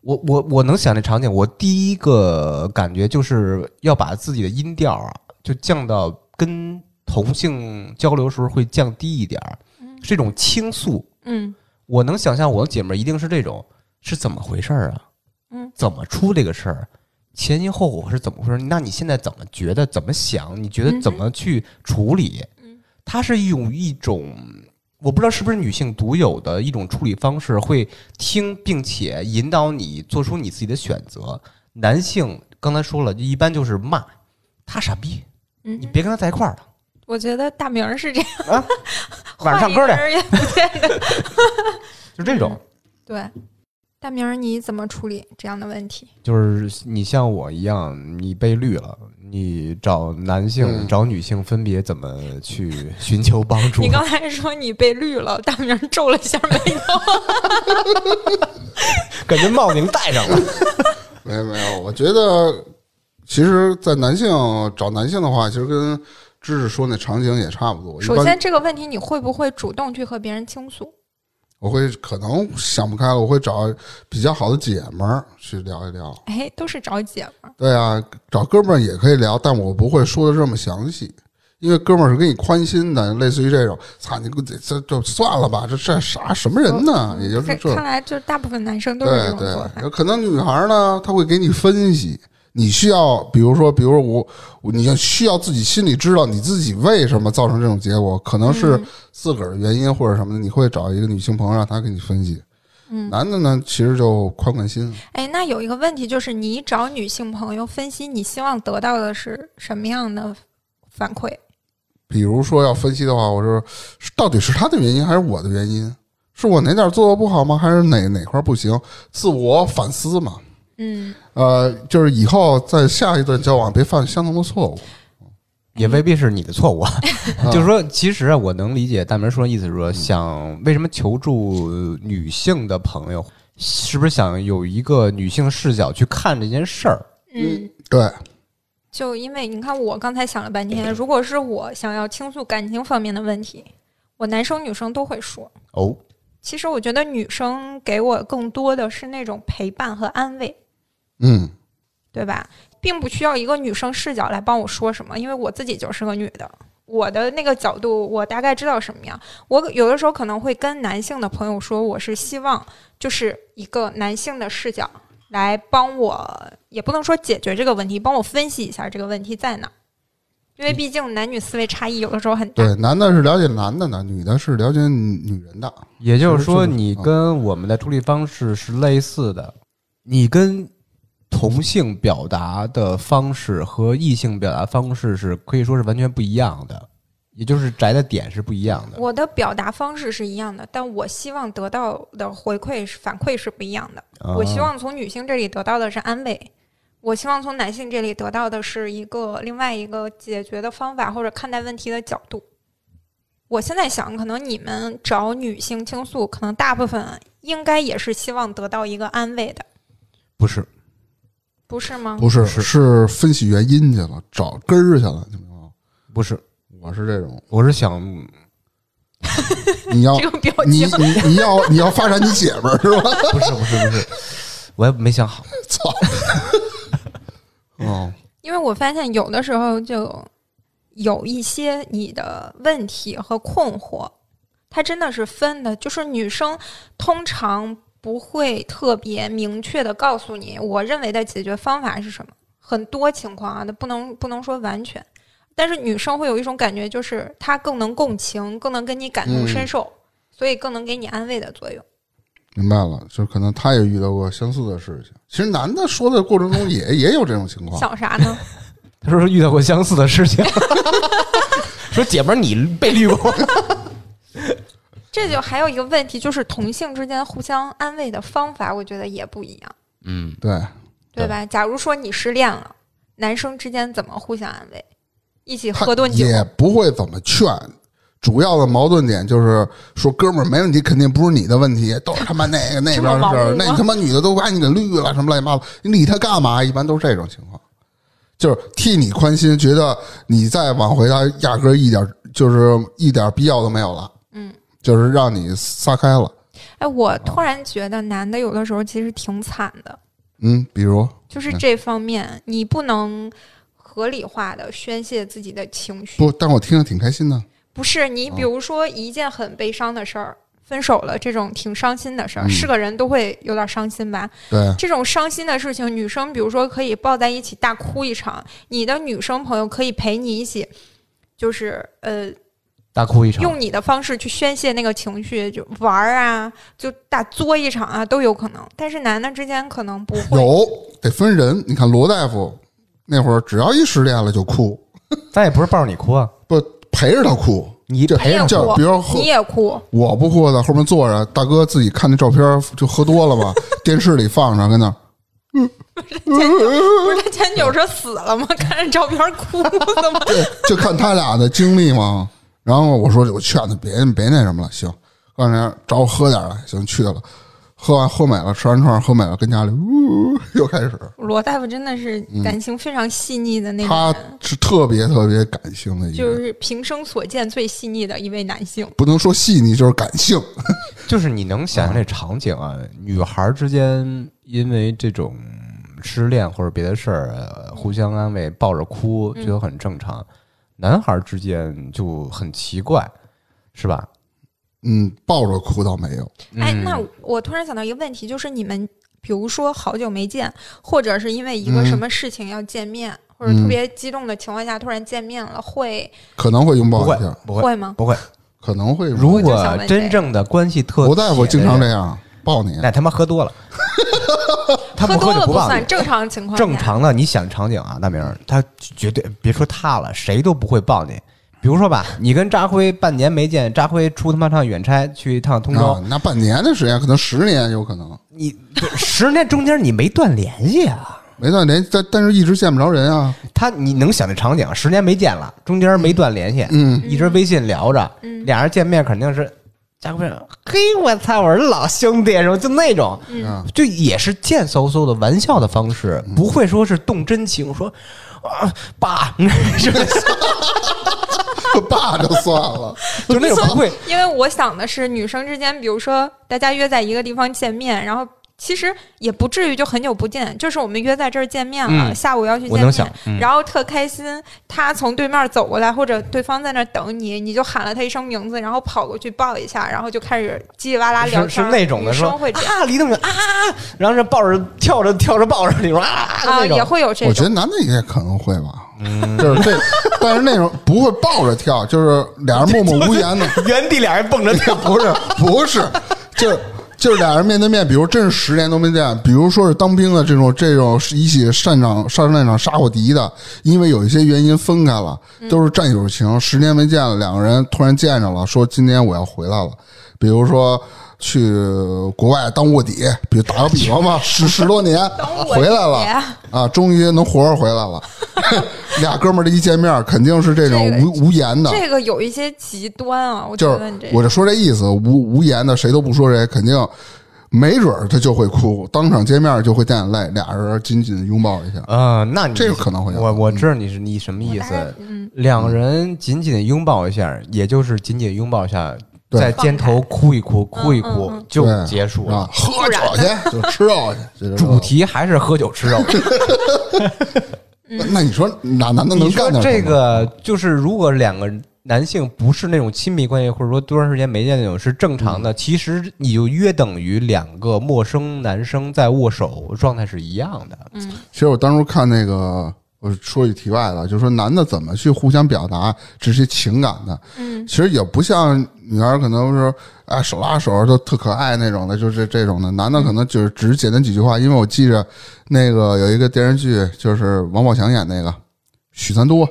Speaker 2: 我我我能想那场景，我第一个感觉就是要把自己的音调啊，就降到跟同性交流时候会降低一点儿，是一种倾诉。
Speaker 1: 嗯
Speaker 2: 我能想象我的姐妹儿一定是这种，是怎么回事儿啊？
Speaker 1: 嗯，
Speaker 2: 怎么出这个事儿？啊前因后果是怎么回事儿？那你现在怎么觉得？怎么想？你觉得怎么去处理？
Speaker 1: 嗯，
Speaker 2: 它是用一种我不知道是不是女性独有的一种处理方式，会听并且引导你做出你自己的选择。男性刚才说了，一般就是骂他傻逼，
Speaker 1: 嗯
Speaker 2: 你，别跟他在一块儿了，
Speaker 1: 我觉得大明儿是这样，
Speaker 2: 晚上唱
Speaker 1: 换一
Speaker 2: 歌去
Speaker 1: 个，人也不见得
Speaker 2: 就这种。
Speaker 1: 对。大明儿，你怎么处理这样的问题？
Speaker 2: 就是你像我一样，你被绿了，你找男性、
Speaker 3: 嗯
Speaker 2: 找女性分别怎么去寻求帮助
Speaker 1: 你？刚才说你被绿了，大明儿皱了一下眉头。
Speaker 2: [LAUGHS] 感觉冒名戴
Speaker 1: [LAUGHS]
Speaker 2: 上了。
Speaker 3: 没有没有，我觉得其实，在男性找男性的话，其实跟知识说那场景也差不多。一
Speaker 1: 首
Speaker 3: 般
Speaker 1: 先，这个问题你会不会主动去和别人倾诉？
Speaker 3: 我会可能想不开了，我会找比较好的姐们儿去聊一聊。
Speaker 1: 哎，都是找姐们儿。
Speaker 3: 对啊，找哥们儿也可以聊，但我不会说的这么详细，因为哥们儿是给你宽心的，类似于这种，操你这这就算了吧，这这啥什么人呢？也就
Speaker 1: 哦嗯
Speaker 3: 是
Speaker 1: 看
Speaker 3: 这
Speaker 1: 看。来，就大部分男生都是这
Speaker 3: 对
Speaker 1: 种做
Speaker 3: 对，
Speaker 1: 法。
Speaker 3: 有可能女孩儿呢，她会给你分析，你需要，比如说，比如说我，我你需要自己心里知道你自己为什么造成这种结果，可能
Speaker 1: 嗯
Speaker 3: 是自个儿的原因或者什么的，你会找一个女性朋友让她给你分析。
Speaker 1: 嗯
Speaker 3: 男的呢，其实就宽宽心，
Speaker 1: 哎，那有一个问题就是，你找女性朋友分析，你希望得到的是什么样的反馈？
Speaker 3: 比如说要分析的话，我说是到底是他的原因还是我的原因？是我哪点儿做的不好吗？还是哪哪块儿不行？自我反思嘛。
Speaker 1: 嗯，
Speaker 3: 呃，就是以后在下一段交往别犯相同的错误。
Speaker 2: 也未必是你的错误，
Speaker 1: [LAUGHS]
Speaker 2: 啊、就是说，其实啊，我能理解大明说的意思，说想为什么求助女性的朋友，是不是想有一个女性视角去看这件事儿？
Speaker 1: 嗯，
Speaker 3: 对，
Speaker 1: 就因为你看，我刚才想了半天，如果是我想要倾诉感情方面的问题，我男生女生都会说。
Speaker 2: 哦，
Speaker 1: 其实我觉得女生给我更多的是那种陪伴和安慰，
Speaker 3: 嗯，
Speaker 1: 对吧？并不需要一个女生视角来帮我说什么，因为我自己就是个女的，我的那个角度我大概知道什么样。我有的时候可能会跟男性的朋友说，我是希望就是一个男性的视角来帮我，也不能说解决这个问题，帮我分析一下这个问题在哪儿。因为毕竟男女思维差异有的时候很大。
Speaker 3: 对，男的是了解男的的，女的是了解女人的。
Speaker 2: 也就是说，嗯
Speaker 3: 是是
Speaker 2: 你跟我们的处理方式是类似的。你跟同性表达的方式和异性表达方式是可以说是完全不一样的，也就是宅的点是不一样的。
Speaker 1: 我的表达方式是一样的，但我希望得到的回馈是反馈是不一样的。
Speaker 2: 啊
Speaker 1: 我希望从女性这里得到的是安慰，我希望从男性这里得到的是一个另外一个解决的方法或者看待问题的角度。我现在想，可能你们找女性倾诉，可能大部分应该也是希望得到一个安慰的，
Speaker 2: 不是，
Speaker 1: 不是吗？
Speaker 3: 不是，
Speaker 2: 是
Speaker 3: 是分析原因去了，找根儿去了，你明白吗？
Speaker 2: 不是，
Speaker 3: 我是这种，
Speaker 2: 我是想
Speaker 3: 你要
Speaker 1: 这个表
Speaker 3: 你
Speaker 1: 情，
Speaker 3: 你你要你要发展你姐们儿是吧？ [LAUGHS]
Speaker 2: 不是不是不是，我也没想好。
Speaker 3: 操！哦，
Speaker 1: 因为我发现有的时候就有一些你的问题和困惑，它真的是分的，就是女生通常不会特别明确的告诉你，我认为的解决方法是什么。很多情况啊，那不能不能说完全，但是女生会有一种感觉，就是她更能共情，更能跟你感同身受，所以更能给你安慰的作用。
Speaker 3: 明白了，就可能他也遇到过相似的事情。其实男的说的过程中也也有这种情况，
Speaker 1: 想啥呢？ [LAUGHS]
Speaker 2: 他说是遇到过相似的事情， [LAUGHS] 说姐们儿你被绿过，
Speaker 1: 这就还有一个问题，就是同性之间互相安慰的方法，我觉得也不一样。
Speaker 5: 嗯，
Speaker 3: 对，
Speaker 1: 对吧？假如说你失恋了，男生之间怎么互相安慰？一起喝顿酒，
Speaker 3: 也不会怎么劝。主要的矛盾点就是说，哥们儿没问题，肯定不是你的问题，都是他妈那
Speaker 1: [LAUGHS]
Speaker 3: 个那边的
Speaker 1: 这
Speaker 3: 事
Speaker 1: 么
Speaker 3: 儿，
Speaker 1: 忙吗
Speaker 3: 那他妈女的都把你给绿了，什么乱七八糟，你理他干嘛？一般都是这种情况，就是替你宽心，觉得你再往回他压根儿一点就是一点必要都没有了，
Speaker 1: 嗯，
Speaker 3: 就是让你撒开了，
Speaker 1: 哎，我
Speaker 3: 啊
Speaker 1: 突然觉得男的有的时候其实挺惨的，
Speaker 3: 嗯，比如
Speaker 1: 就是这方面你不能合理化的宣泄自己的情绪，
Speaker 3: 不，啊但我听着挺开心的，
Speaker 1: 不是你比如说一件很悲伤的事儿。分手了，这种挺伤心的事儿，
Speaker 3: 嗯
Speaker 1: 是个人都会有点伤心吧？
Speaker 3: 对，
Speaker 1: 这种伤心的事情，女生比如说可以抱在一起大哭一场，你的女生朋友可以陪你一起，就是呃
Speaker 2: 大哭一场。
Speaker 1: 用你的方式去宣泄那个情绪，就玩儿啊，就大作一场啊，都有可能。但是男的之间可能不会，
Speaker 3: 有得分人，你看罗大夫那会儿，只要一失恋了就哭，
Speaker 2: 咱也不是抱着你哭啊，
Speaker 3: 不陪着他哭，
Speaker 2: 你
Speaker 3: 这
Speaker 1: 他也
Speaker 3: 哎这
Speaker 1: 哭，
Speaker 3: 比如喝
Speaker 1: 你也哭，
Speaker 3: 我不哭在后面坐着，大哥自己看那照片儿就喝多了吧，电视里放上跟那儿，
Speaker 1: 不是他前女友说死了吗？看着照片哭，怎么？
Speaker 3: [LAUGHS] 对，就看他俩的经历嘛。然后我说我劝他别别那什么了，行，刚才找我喝点儿了，行去了，喝完喝美了，吃完串喝美了，跟家里呜、又开始，
Speaker 1: 罗大夫真的是感情非常细腻的那种
Speaker 3: 他
Speaker 1: 人，
Speaker 3: 是特别特别感性的一个
Speaker 1: 就
Speaker 3: 人，
Speaker 1: 是平生所见最细腻的一位男性。
Speaker 3: 不能说细腻，就是感性。
Speaker 2: 就是你能想象这场景啊，女孩之间因为这种失恋或者别的事儿、呃互相安慰，抱着哭，
Speaker 1: 嗯
Speaker 2: 觉得很正常。男孩之间就很奇怪，是吧？
Speaker 3: 嗯，抱着哭倒没有，
Speaker 1: 哎，
Speaker 2: 嗯
Speaker 1: 那我突然想到一个问题，就是你们比如说好久没见，或者是因为一个
Speaker 3: 嗯
Speaker 1: 什么事情要见面，或者
Speaker 3: 嗯
Speaker 1: 特别激动的情况下突然见面了，会
Speaker 3: 可能会拥
Speaker 2: 不
Speaker 3: 抱
Speaker 2: 会
Speaker 3: 一下，
Speaker 2: 不会
Speaker 1: 会吗？
Speaker 2: 不会。
Speaker 3: 可能会
Speaker 2: 如
Speaker 1: 我就想
Speaker 2: 果
Speaker 1: 问这个
Speaker 2: 真正的关系特
Speaker 3: 罗大夫经
Speaker 2: 铁
Speaker 3: 常
Speaker 2: 的
Speaker 3: 这
Speaker 2: 人，
Speaker 3: 样抱你，
Speaker 2: 那他妈喝
Speaker 1: [LAUGHS]
Speaker 2: 多了，他不
Speaker 1: 多
Speaker 2: 喝
Speaker 1: 了
Speaker 2: 就
Speaker 1: 不
Speaker 2: 不忘
Speaker 1: 算，
Speaker 2: 了。
Speaker 1: 正常情况下
Speaker 2: 正常的，你想场景啊，大明儿，他绝对别说他了，谁都不会抱你。比如说吧，你跟扎辉半年没见，扎辉出他妈趟远差去一趟通州，
Speaker 3: 啊，那半年的时间，可能十年有可能，
Speaker 2: 你不是十年中间你没断联系啊。
Speaker 3: 没断联，但但是一直见不着人啊。 [LAUGHS]
Speaker 2: 他你能想这场景，十年没见了，中间没断联系，
Speaker 3: 嗯，
Speaker 2: 一直微信聊着，
Speaker 1: 嗯
Speaker 2: 俩人见面肯定是加辉，嘿，我操，我是老兄弟，然后就那种，
Speaker 3: 嗯
Speaker 2: 就也是贱嗖嗖的玩笑的方式，不会说是动真情，说啊爸， [LAUGHS] 是吧
Speaker 3: 爸就算了，
Speaker 2: 就那种不会，
Speaker 1: 因为我想的是，女生之间，比如说大家约在一个地方见面，然后其实也不至于就很久不见，就是我们约在这儿见面了，
Speaker 2: 嗯
Speaker 1: 下午要去
Speaker 2: 我
Speaker 1: 见
Speaker 2: 能想
Speaker 1: 面，，
Speaker 2: 嗯
Speaker 1: 然后特开心，他从对面走过来，或者对方在那儿等你，你就喊了他一声名字，然后跑过去抱一下，然后就开始叽里哇啦啊聊
Speaker 2: 是是
Speaker 1: 天儿，
Speaker 2: 那种的
Speaker 1: 女
Speaker 2: 说
Speaker 1: 生会这样
Speaker 2: 啊，离那么远啊，然后这抱着跳着跳着抱着你说啊
Speaker 1: 啊，
Speaker 2: 那
Speaker 1: 也
Speaker 2: 种，
Speaker 1: 会有这
Speaker 3: 我觉得
Speaker 1: 种。
Speaker 3: 男的也可能会吧，就是这， [LAUGHS] 但是那种不会抱着跳，就是俩人默默无言的，
Speaker 2: [LAUGHS]
Speaker 1: [LAUGHS]
Speaker 2: 原地俩人蹦着跳，
Speaker 3: 不是不是，就是就是俩人面对面，比如真是十年都没见，比如说是当兵的这种这种一起上场上战场杀过敌的，因为有一些原因分开了，
Speaker 1: 嗯
Speaker 3: 都是战友情，十年没见了，两个人突然见着了，说今天我要回来了，比如说。去国外当卧底，比如打个比方吧，
Speaker 1: [LAUGHS]
Speaker 3: 十十多年
Speaker 1: 当卧底
Speaker 3: 回来了啊，终于能活着回
Speaker 1: [LAUGHS]
Speaker 3: 来了。 [LAUGHS] 俩哥们儿这一见面，肯定是这种
Speaker 1: 这个
Speaker 3: 无无言的，
Speaker 1: 这个有一些极端啊，我觉
Speaker 3: 就是
Speaker 1: 得你这
Speaker 3: 我就说这意思，无无言的，谁都不说谁，肯定没准儿他就会哭，当场见面就会掉眼泪，俩人紧紧拥抱一下。
Speaker 2: 啊、那你
Speaker 3: 这个可能会有
Speaker 2: 我我知道你是你什么意
Speaker 1: 我大概
Speaker 2: 思。
Speaker 1: 嗯，
Speaker 2: 两个人紧紧地拥抱一下，也就是紧紧地拥抱一下，
Speaker 3: 对
Speaker 2: 在肩头哭一哭，哭一哭
Speaker 1: 嗯嗯嗯
Speaker 2: 就
Speaker 3: 对
Speaker 2: 结束
Speaker 3: 啊
Speaker 2: 了。，
Speaker 3: 喝酒去，就吃肉去，这就
Speaker 2: 主。题还是喝酒吃肉。
Speaker 3: 那你说哪男的能
Speaker 2: 你说
Speaker 3: 干点
Speaker 2: 这
Speaker 3: 什么？
Speaker 2: 个就是，如果两个男性不是那种亲密关系，或者说多长时间没见那种是正常
Speaker 3: 嗯
Speaker 2: 的，其实你就约等于两个陌生男生在握手，状态是一样的。
Speaker 3: 其实我当初看那个，我说句题外的，就是说男的怎么去互相表达这些情感的，
Speaker 1: 嗯，
Speaker 3: 其实也不像女孩可能是哎手拉手就特可爱那种的，就是这这种的。男的可能就是只是简单几句话，因为我记着那个有一个电视剧，就是王宝强演那个许三多，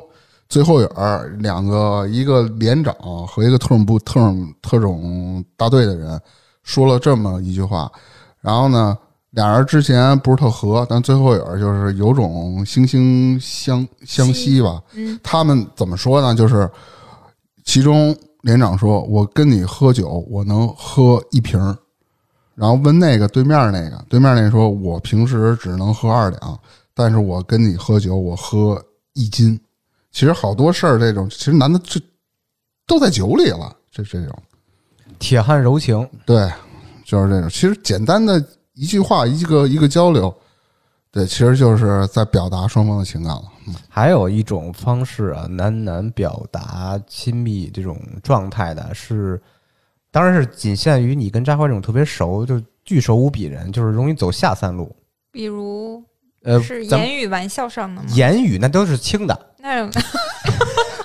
Speaker 3: 最后有儿两个一个连长和一个特种部特种特种大队的人说了这么一句话，然后呢。俩人之前不是特合，但最后有儿就是有种惺惺相相惜吧。
Speaker 1: 嗯
Speaker 3: 他们怎么说呢？就是其中连长说：“我跟你喝酒，我能喝一瓶儿。”然后问那个对面那个，对面那个说：“我平时只能喝二两，但是我跟你喝酒，我喝一斤。”其实好多事儿，这种其实男的这都在酒里了，这这种
Speaker 2: 铁汉柔情，
Speaker 3: 对，就是这种。其实简单的一句话，一个一个交流，对，其实就是在表达双方的情感了。
Speaker 2: 还有一种方式啊，男男表达亲密这种状态的是，当然是仅限于你跟扎花这种特别熟，就是巨熟无比人，就是容易走下三路。
Speaker 1: 比如
Speaker 2: 呃，
Speaker 1: 是
Speaker 2: 咱们
Speaker 1: 言语玩笑上的吗？
Speaker 2: 言语那都是轻的，
Speaker 1: 那
Speaker 3: [LAUGHS]
Speaker 1: 种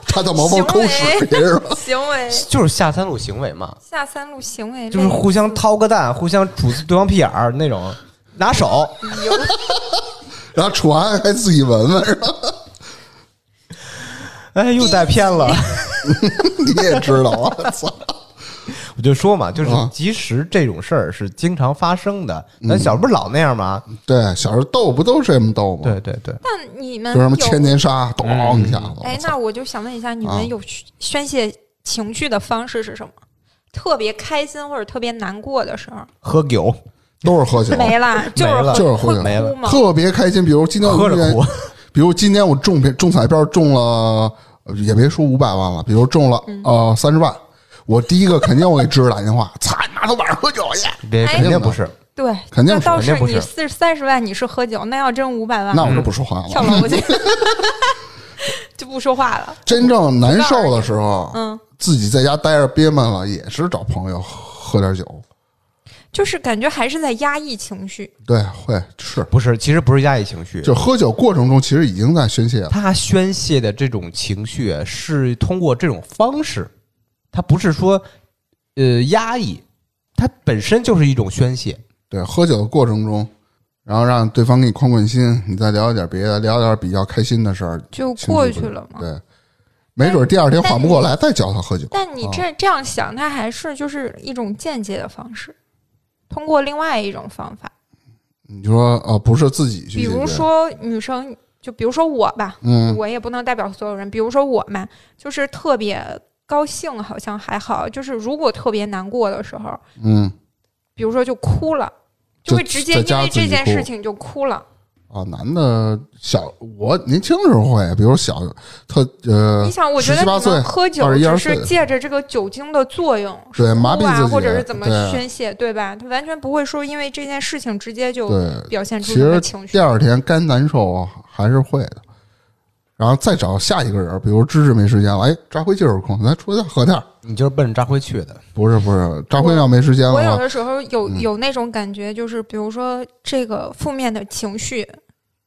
Speaker 3: 他在毛毛抠屎是吧？
Speaker 1: 行为
Speaker 2: 就是下三路行为嘛，
Speaker 1: 下三路行为
Speaker 2: 就是互相
Speaker 1: 类似
Speaker 2: 掏个蛋，互相杵对方屁眼儿那种，拿手。
Speaker 3: 然后楚安还自己闻闻，是吧？
Speaker 2: 哎，又带偏了。
Speaker 3: [LAUGHS] 你也知道啊，我操！
Speaker 2: 我就说嘛，就是
Speaker 3: 啊
Speaker 2: 其实这种事儿是经常发生的。
Speaker 3: 嗯
Speaker 2: 咱小时候不是老那样吗？
Speaker 3: [LAUGHS] 对，小时候斗不都是这么斗吗？
Speaker 2: 对嗯对对，
Speaker 1: 那你们
Speaker 3: 就什么
Speaker 1: 有
Speaker 3: 千年杀，咚一下子。
Speaker 1: 哎
Speaker 3: 我，操
Speaker 1: 那我就想问一下，你
Speaker 3: 啊
Speaker 1: 们有宣宣泄情绪的方式是什么？特别开心或者特别难过的时候，
Speaker 2: 喝酒
Speaker 3: 都是喝酒，
Speaker 1: 没了，就
Speaker 2: 没了
Speaker 1: 是
Speaker 3: 哦就是喝
Speaker 1: 会
Speaker 3: 酒
Speaker 2: 没了
Speaker 1: 哭吗？
Speaker 3: 特别开心。比如今天我
Speaker 2: 喝着
Speaker 3: 遇见
Speaker 2: 哭，
Speaker 3: 比如今天我中票中彩票中了，呃也别说五百万了，比如中
Speaker 1: 嗯
Speaker 3: 了呃三十万，我第一个肯定我给芝芝打电话，操，你妈他晚上喝酒去。
Speaker 2: 别
Speaker 1: 哎
Speaker 2: 肯定不是。
Speaker 1: 对，
Speaker 3: 肯定
Speaker 1: 那
Speaker 3: 是
Speaker 1: 倒
Speaker 2: 肯定
Speaker 1: 是
Speaker 2: 不
Speaker 1: 你
Speaker 2: 是
Speaker 1: 四三十万你是喝酒，那要真五百万
Speaker 3: 那我就不说话
Speaker 1: 嗯跳
Speaker 3: 了。
Speaker 1: 楼去，
Speaker 3: [LAUGHS]
Speaker 1: 就不说话了。
Speaker 3: 真正难受的时候，
Speaker 1: 嗯，
Speaker 3: 自己在家待着憋闷了，也是找朋友喝点酒。
Speaker 1: 就是感觉还是在压抑情绪，
Speaker 3: 对，会是
Speaker 2: 不是，其实不是压抑情绪，
Speaker 3: 就喝酒过程中，其实已经在宣泄了。
Speaker 2: 他宣泄的这种情绪是通过这种方式，他不是说呃压抑，它本身就是一种宣泄。
Speaker 3: 对，喝酒的过程中，然后让对方给你宽宽心，你再聊一点别的，聊点比较开心的事儿，
Speaker 1: 就
Speaker 3: 情绪
Speaker 1: 过
Speaker 3: 不
Speaker 1: 去
Speaker 3: 是
Speaker 1: 了嘛。
Speaker 3: 对，没准第二天缓不过来，再叫他喝酒。
Speaker 1: 但你
Speaker 3: 哦
Speaker 1: 这这样想，它还是就是一种间接的方式，通过另外一种方法，
Speaker 3: 你说哦、不是自己去
Speaker 1: 比
Speaker 3: 解决，
Speaker 1: 如说女生，就比如说我吧，
Speaker 3: 嗯，
Speaker 1: 我也不能代表所有人。比如说我嘛，就是特别高兴，好像还好；就是如果特别难过的时候，
Speaker 3: 嗯
Speaker 1: 比如说就哭了，就
Speaker 3: 就
Speaker 1: 会直接
Speaker 3: 在家
Speaker 1: 因为
Speaker 3: 自己
Speaker 1: 这件
Speaker 3: 哭
Speaker 1: 事情就哭了。
Speaker 3: 啊，男的小我年轻时候会，比如小特呃
Speaker 1: 你，想，我觉得
Speaker 3: 17
Speaker 1: 你
Speaker 3: 18岁
Speaker 1: 们喝酒
Speaker 3: 21
Speaker 1: 只
Speaker 3: 岁
Speaker 1: 是借着这个酒精的作用，
Speaker 3: 对
Speaker 1: 是哭
Speaker 3: 麻痹
Speaker 1: 啊
Speaker 3: 自己
Speaker 1: 或者是怎么
Speaker 3: 对
Speaker 1: 宣泄，对吧？他完全不会说因为这件事情直接就
Speaker 3: 对，
Speaker 1: 表现出
Speaker 3: 其
Speaker 1: 他的
Speaker 3: 实
Speaker 1: 情绪
Speaker 3: 第。二天该难受啊还是会的，然后再找下一个人，比如芝芝没时间了，哎，扎辉今儿有空，咱出去喝点儿。
Speaker 2: 你就是奔着扎辉去的，
Speaker 3: 不是不是，扎辉要没时间
Speaker 1: 我有
Speaker 3: 了，
Speaker 1: 的时候有
Speaker 3: 嗯
Speaker 1: 有那种感觉，就是比如说这个负面的情绪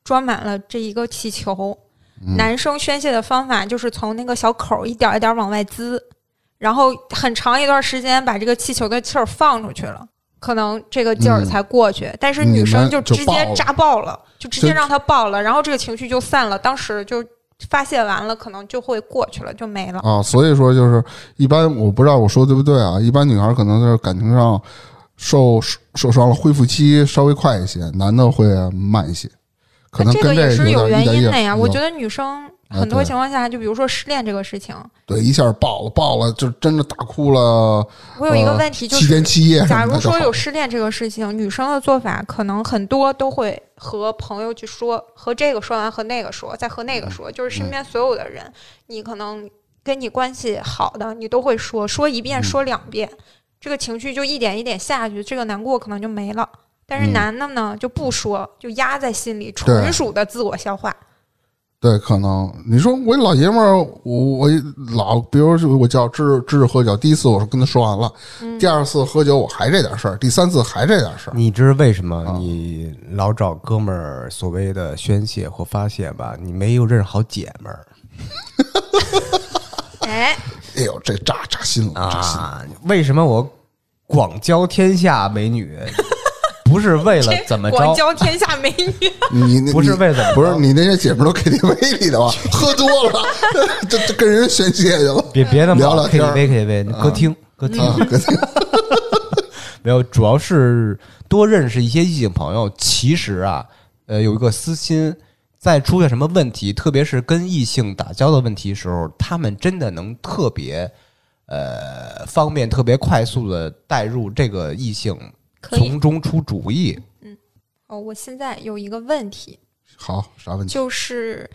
Speaker 1: 装满了这一个气球，
Speaker 3: 嗯
Speaker 1: 男生宣泄的方法就是从那个小口儿一点儿一点儿往外滋，然后很长一段时间把这个气球的气儿放出去了，可能这个劲儿才过去，但是女生嗯就直接扎爆了，就直接让她爆了，然后这个情绪就散了，当时就发泄完了，可能就会过去了，就没了。
Speaker 3: 啊，所以说就是一般，我不知道我说对不对啊？一般女孩可能在感情上受受伤了，恢复期稍微快一些，男的会慢一些，可能
Speaker 1: 哎这
Speaker 3: 跟
Speaker 1: 个也是
Speaker 3: 有
Speaker 1: 原
Speaker 3: 点一
Speaker 1: 因
Speaker 3: 点嗯也
Speaker 1: 的呀。
Speaker 3: 有啊
Speaker 1: 我觉得女生很多
Speaker 3: 对
Speaker 1: 情况下，就比如说失恋这个事情，
Speaker 3: 对一下爆了，爆了就真的大哭了，
Speaker 1: 我有一个
Speaker 3: 呃
Speaker 1: 问题就
Speaker 3: 七天
Speaker 1: 是，
Speaker 3: 七夜什
Speaker 1: 假如
Speaker 3: 么的就好
Speaker 1: 说
Speaker 3: 了。
Speaker 1: 有失恋这个事情，女生的做法可能很多都会和朋友去说，和这个说完，和那个说，再和那
Speaker 3: 嗯
Speaker 1: 个说，就是身边所有的人，你可能跟你关系好的，你都会说，说一
Speaker 3: 嗯
Speaker 1: 遍，说两遍，这个情绪就一点一点下去，这个难过可能就没了。但是
Speaker 3: 嗯
Speaker 1: 男的呢，就不说，就压在心里，
Speaker 3: 对
Speaker 1: 纯属的自我消化。
Speaker 3: 对，可能你说我一老爷们儿，我我一老，比如说我叫芝芝芝喝酒，第一次我是跟他说完了，
Speaker 1: 嗯
Speaker 3: 第二次喝酒我还这点事儿，第三次还这点事儿，
Speaker 2: 你知道为什么你老找哥们儿所谓的宣泄或发泄吧？你没有认识好姐们儿
Speaker 1: 哎，
Speaker 3: 哎呦，这扎扎心了，扎心了。
Speaker 2: 啊！为什么我广交天下美女，不是为了怎么
Speaker 1: 广
Speaker 2: 着？
Speaker 1: 交天下美
Speaker 2: [LAUGHS]
Speaker 1: 女，
Speaker 3: 你你
Speaker 2: 不是为怎么着
Speaker 3: 不是啊你那些姐们儿都 KTV 里的吧？喝多了，这这跟人宣泄去了。
Speaker 2: 别别那么
Speaker 3: 聊聊天
Speaker 2: KTV
Speaker 3: 儿
Speaker 2: KTV 歌厅歌厅
Speaker 3: 啊，跟
Speaker 2: [LAUGHS] 没有，主要是多认识一些异性朋友。其实啊，呃，有一个私心，在出现什么问题，特别是跟异性打交道问题时候，他们真的能特别呃方便、特别快速的带入这个异性，
Speaker 1: 可以
Speaker 2: 从中出主意。
Speaker 1: 哦，我现在有一个问题，
Speaker 3: 好啥问题？
Speaker 1: 就是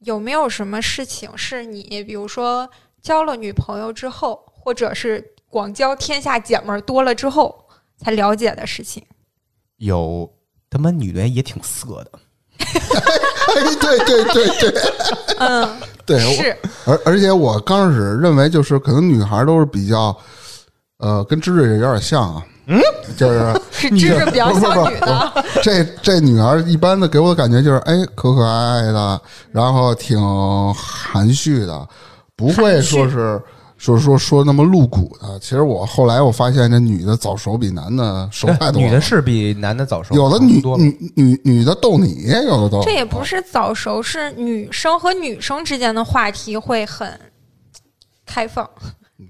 Speaker 1: 有没有什么事情是你，比如说交了女朋友之后，或者是广交天下姐们儿多了之后才了解的事情？
Speaker 2: 有他妈女人也挺色的，
Speaker 3: 哎，对对对对
Speaker 1: 嗯，
Speaker 3: 对，我
Speaker 1: 是
Speaker 3: 而而且我刚开始认为就是可能女孩都是比较，呃，跟芝芝也有点像啊，嗯，就是
Speaker 1: 是知识比较
Speaker 3: 不是不
Speaker 1: 像
Speaker 3: 是
Speaker 1: 女的，啊 [LAUGHS]
Speaker 3: 这这女孩一般的给我的感觉就是，哎，可可爱爱的，然后挺含蓄的，不会说是说说说那么露骨的。其实我后来我发现，这女的早熟比男的熟太多了。
Speaker 2: 哎女的是比男的早熟，
Speaker 3: 啊有的女
Speaker 2: 多了
Speaker 3: 女女女的逗啊你，有
Speaker 2: 哦
Speaker 3: 的都
Speaker 1: 这也不是早熟，是女生和女生之间的话题会很开放，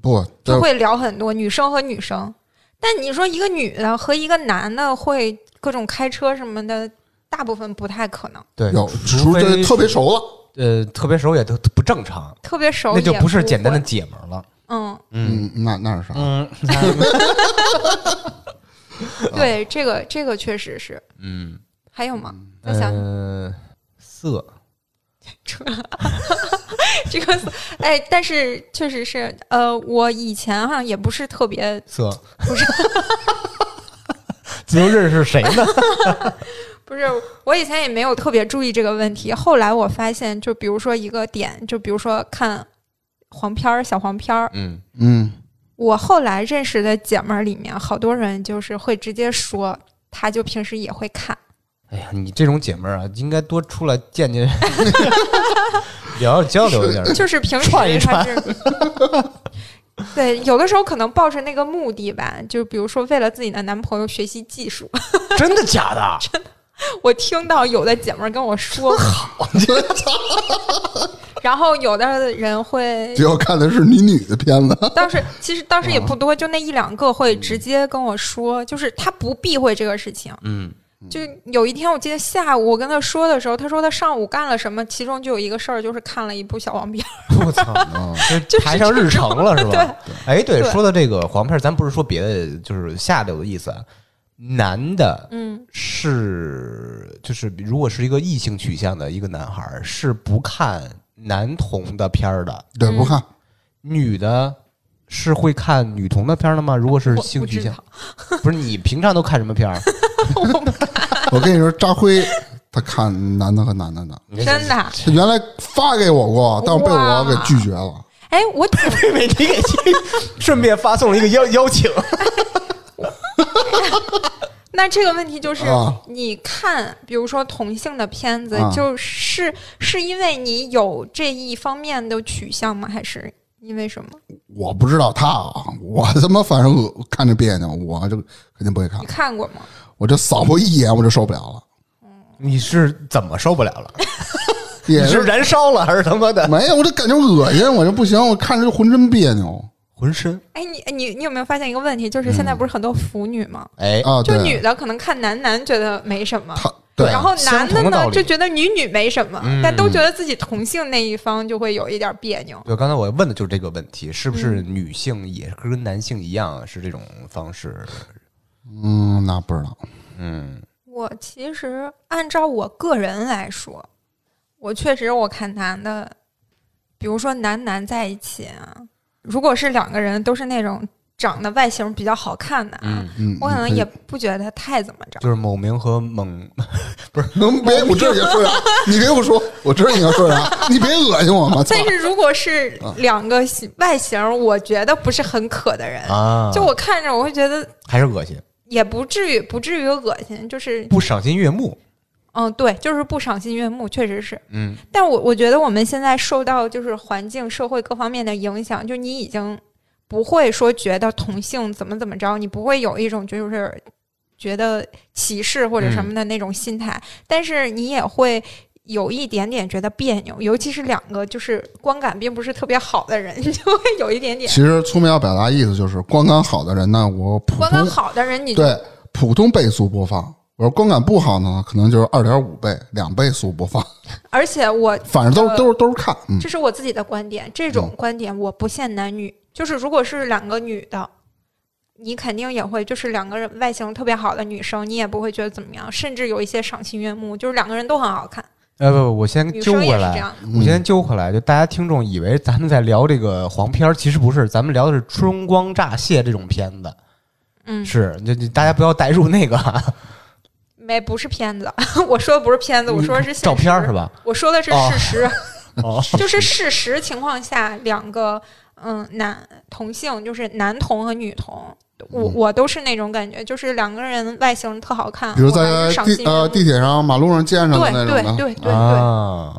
Speaker 3: 不对
Speaker 2: 嗯
Speaker 1: 就会聊很多女生和女生。但你说一个女的和一个男的会各种开车什么的，大部分不太可能。
Speaker 2: 对
Speaker 3: 有，
Speaker 2: 除
Speaker 3: 除
Speaker 2: 非
Speaker 3: 非特别熟了，
Speaker 2: 呃特别熟也都不正常，
Speaker 1: 特别熟
Speaker 2: 那就
Speaker 1: 也
Speaker 2: 不是简单的啊
Speaker 1: 会
Speaker 2: 姐们儿了。
Speaker 1: 嗯，
Speaker 3: 嗯，那那是啥？
Speaker 2: 嗯， [LAUGHS]
Speaker 1: 对，这个这个确实是，
Speaker 2: 嗯。 [LAUGHS]
Speaker 1: 还有吗？再想、
Speaker 2: 嗯，色，
Speaker 1: 这个， [LAUGHS] 哎，但是确实是，呃，我以前好像也不是特别，
Speaker 2: 色不是，自由认识谁呢？
Speaker 1: 不是我以前也没有特别注意这个问题。后来我发现，就比如说一个点，就比如说看黄片儿、小黄片儿，
Speaker 2: 嗯，
Speaker 3: 嗯，
Speaker 1: 我后来认识的姐们儿里面，好多人就是会直接说，她就平时也会看。
Speaker 2: [LAUGHS] 哎呀，你这种姐妹儿啊，应该多出来见见， [LAUGHS] 聊交流一 [LAUGHS] 下。
Speaker 1: 就是平时
Speaker 2: 串一
Speaker 1: 他是，对，有的时候可能抱着那个目的吧，就比如说为了自己的男朋友学习技术。 [LAUGHS]
Speaker 2: 真的假的？
Speaker 1: 我听到有的姐妹儿跟我说，然后有的人
Speaker 2: [LAUGHS]
Speaker 1: 会
Speaker 3: 结果看的是你女的片子，
Speaker 1: 当时其实当时也不多，就那一两个会直接跟我说，就是他不避讳这个事情。
Speaker 2: 嗯，
Speaker 1: 就有一天，我记得下午我跟他说的时候，他说他上午干了什么，其中就有一个事儿就是看了一部小黄片儿。
Speaker 2: 我操，
Speaker 3: 啊，
Speaker 2: [LAUGHS] 这排上日程了是吧？哎，对，
Speaker 1: 对
Speaker 2: 说到这个黄片儿，咱不是说别的，就是下流的意思啊。男的
Speaker 1: 嗯，
Speaker 2: 是，就是如果是一个异性取向的一个男孩儿，是不看男同的片儿的。
Speaker 3: [LAUGHS] 对，不看，
Speaker 1: 嗯
Speaker 2: 女的是会看女同的片儿的吗？如 [LAUGHS] 果是
Speaker 1: 我
Speaker 2: 性
Speaker 1: 不
Speaker 2: 取
Speaker 1: 知
Speaker 2: 向
Speaker 1: 道，，
Speaker 2: 不是你平常都看什么
Speaker 1: [LAUGHS]
Speaker 2: 片儿？
Speaker 3: 我跟你说，扎辉他看男的和男的的，
Speaker 2: 真
Speaker 1: 真的啊。
Speaker 3: 他原来发给我过，但是被我
Speaker 1: 哇
Speaker 3: 给拒绝了。
Speaker 1: 哎，我挺
Speaker 2: 被美提给顺便发送了一个邀邀请。
Speaker 1: 那这个问题就是
Speaker 3: 啊，
Speaker 1: 你看，比如说同性的片子
Speaker 3: 啊，
Speaker 1: 就是是因为你有这一方面的取向吗？还是因为什么？
Speaker 3: 我不知道他啊，我他妈反正恶看着别扭，我就肯定不会看
Speaker 1: 你，看过吗？
Speaker 3: 我就扫过一眼我就受不了了，
Speaker 2: 你是怎么受不了了？
Speaker 3: 也
Speaker 2: 你是燃烧了还是他妈的
Speaker 3: 没有，我就感觉恶心，我就不行，我看着就浑身别扭
Speaker 2: 浑身？
Speaker 1: 哎，你你你有没有发现一个问题？就是现在不是很多腐女吗？
Speaker 2: 哎，
Speaker 3: 啊！
Speaker 1: 就
Speaker 3: 对，
Speaker 1: 女的可能看男男觉得没什么，
Speaker 3: 他对啊
Speaker 1: 然后男
Speaker 2: 相同的道
Speaker 1: 呢
Speaker 2: 理
Speaker 1: 就觉得女女没什么，
Speaker 2: 嗯
Speaker 1: 但都觉得自己同性那一方就会有一点别扭。
Speaker 2: 对，刚才我问的就是这个问题，是不是女性也跟男性一样是这种方式？
Speaker 3: 嗯，那不知道，
Speaker 2: 嗯，
Speaker 1: 我其实按照我个人来说，我确实我看男的，比如说男男在一起啊，如果是两个人都是那种长得外形比较好看的啊，
Speaker 2: 嗯
Speaker 3: 嗯，
Speaker 1: 我可能
Speaker 3: 嗯
Speaker 1: 也不觉得太怎么着。
Speaker 2: 就是某明和猛，
Speaker 3: 能别，我知道你要说
Speaker 1: [LAUGHS]
Speaker 3: 啥，你别我说，我知道你要说啥，你别恶心我嘛！操
Speaker 1: 但是如果是两个形外形，我觉得不是很可的人，
Speaker 2: 啊，
Speaker 1: 就我看着我会觉得
Speaker 2: 还是恶心，
Speaker 1: 也不至于不至于恶心，就是
Speaker 2: 不赏心悦目。
Speaker 1: 嗯对，就是不赏心悦目，确实是。
Speaker 2: 嗯，
Speaker 1: 但我我觉得我们现在受到就是环境、社会各方面的影响，就你已经不会说觉得同性怎么怎么着，你不会有一种就是觉得歧视或者什么的那种心态，但是你也会。有一点点觉得别扭，尤其是两个就是观感并不是特别好的人， [LAUGHS] 你就会有一点点
Speaker 3: 其实粗眉要表达意思就是，观感好的人呢，我普
Speaker 1: 观感
Speaker 3: 通
Speaker 1: 好的人，你就
Speaker 3: 对普通倍速播放；我说观感不好呢，可能就是二点五倍、两倍速播放， [LAUGHS]
Speaker 1: 而且我
Speaker 3: 反正都是
Speaker 1: 呃
Speaker 3: 都是都是看，嗯
Speaker 1: 这是我自己的观点，这
Speaker 2: 嗯
Speaker 1: 种观点我不限男女，就是如果是两个女的，你肯定也会就是两个人外形特别好的女生，你也不会觉得怎么样，甚至有一些赏心悦目，就是两个人都很好看，
Speaker 2: 呃，不，不我先
Speaker 1: 女
Speaker 2: 揪
Speaker 1: 生也
Speaker 2: 回
Speaker 1: 是这
Speaker 2: 来，
Speaker 1: 样。
Speaker 2: 我
Speaker 3: 嗯
Speaker 2: 先揪回来，就大家听众以为咱们在聊这个黄片儿，其实不是，咱们聊的是春光乍泄这种片子，
Speaker 1: 嗯，
Speaker 2: 是，就就大家不要带入那个
Speaker 1: 没不是片子， [LAUGHS] 我说的不是片子，我说的是现实
Speaker 2: 照片儿是？吧？
Speaker 1: 我说的是
Speaker 2: 哦
Speaker 1: 事实，
Speaker 2: [LAUGHS] 哦，
Speaker 1: 就是 [LAUGHS] 事实情况下，两个嗯男同性就是男同和女同。我
Speaker 2: 嗯
Speaker 1: 我都是那种感觉，就是两个人外形特好看，
Speaker 3: 比如
Speaker 1: 我还
Speaker 3: 在
Speaker 1: 是赏
Speaker 3: 地
Speaker 1: 心悦
Speaker 3: 呃
Speaker 1: 目
Speaker 3: 地铁上、马路上见上的那
Speaker 1: 对对
Speaker 3: 种的，
Speaker 1: 对对对。
Speaker 2: 啊，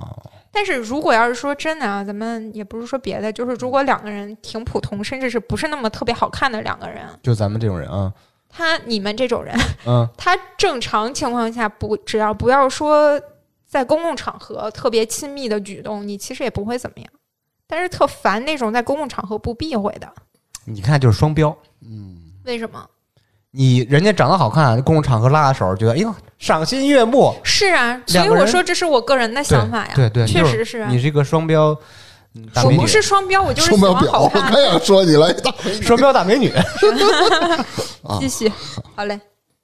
Speaker 1: 但是如果要是说真的啊，咱们也不是说别的，就是如果两个人挺普通，甚至是不是那么特别好看的两个人，
Speaker 2: 就咱们这种人啊，
Speaker 1: 他你们这种人，
Speaker 2: 嗯，
Speaker 1: 他正常情况下不只要不要说在公共场合特别亲密的举动，你其实也不会怎么样。但是特烦那种在公共场合不避讳的，
Speaker 2: 你看就是双标，
Speaker 3: 嗯，
Speaker 1: 为什么？
Speaker 2: 你人家长得好看，啊公共场合拉拉手，觉得哎呦赏心悦目，
Speaker 1: 是啊，所
Speaker 2: 两
Speaker 1: 以
Speaker 2: 个人
Speaker 1: 我说这是我个人的
Speaker 2: 对
Speaker 1: 想法呀。
Speaker 2: 对对，
Speaker 1: 确
Speaker 2: 就
Speaker 1: 实是啊
Speaker 2: 你这个双标，嗯大
Speaker 3: 双
Speaker 2: 美
Speaker 1: 我
Speaker 2: 女
Speaker 1: 不，
Speaker 2: [LAUGHS]
Speaker 1: 是双标，我就是
Speaker 3: [LAUGHS] 说
Speaker 1: 喜
Speaker 3: 不了
Speaker 1: 欢
Speaker 3: 表，
Speaker 1: 好
Speaker 3: 我
Speaker 1: 看
Speaker 3: 刚。想说你了，一大
Speaker 2: 双标大美女，
Speaker 3: 啊
Speaker 1: 继续，好嘞。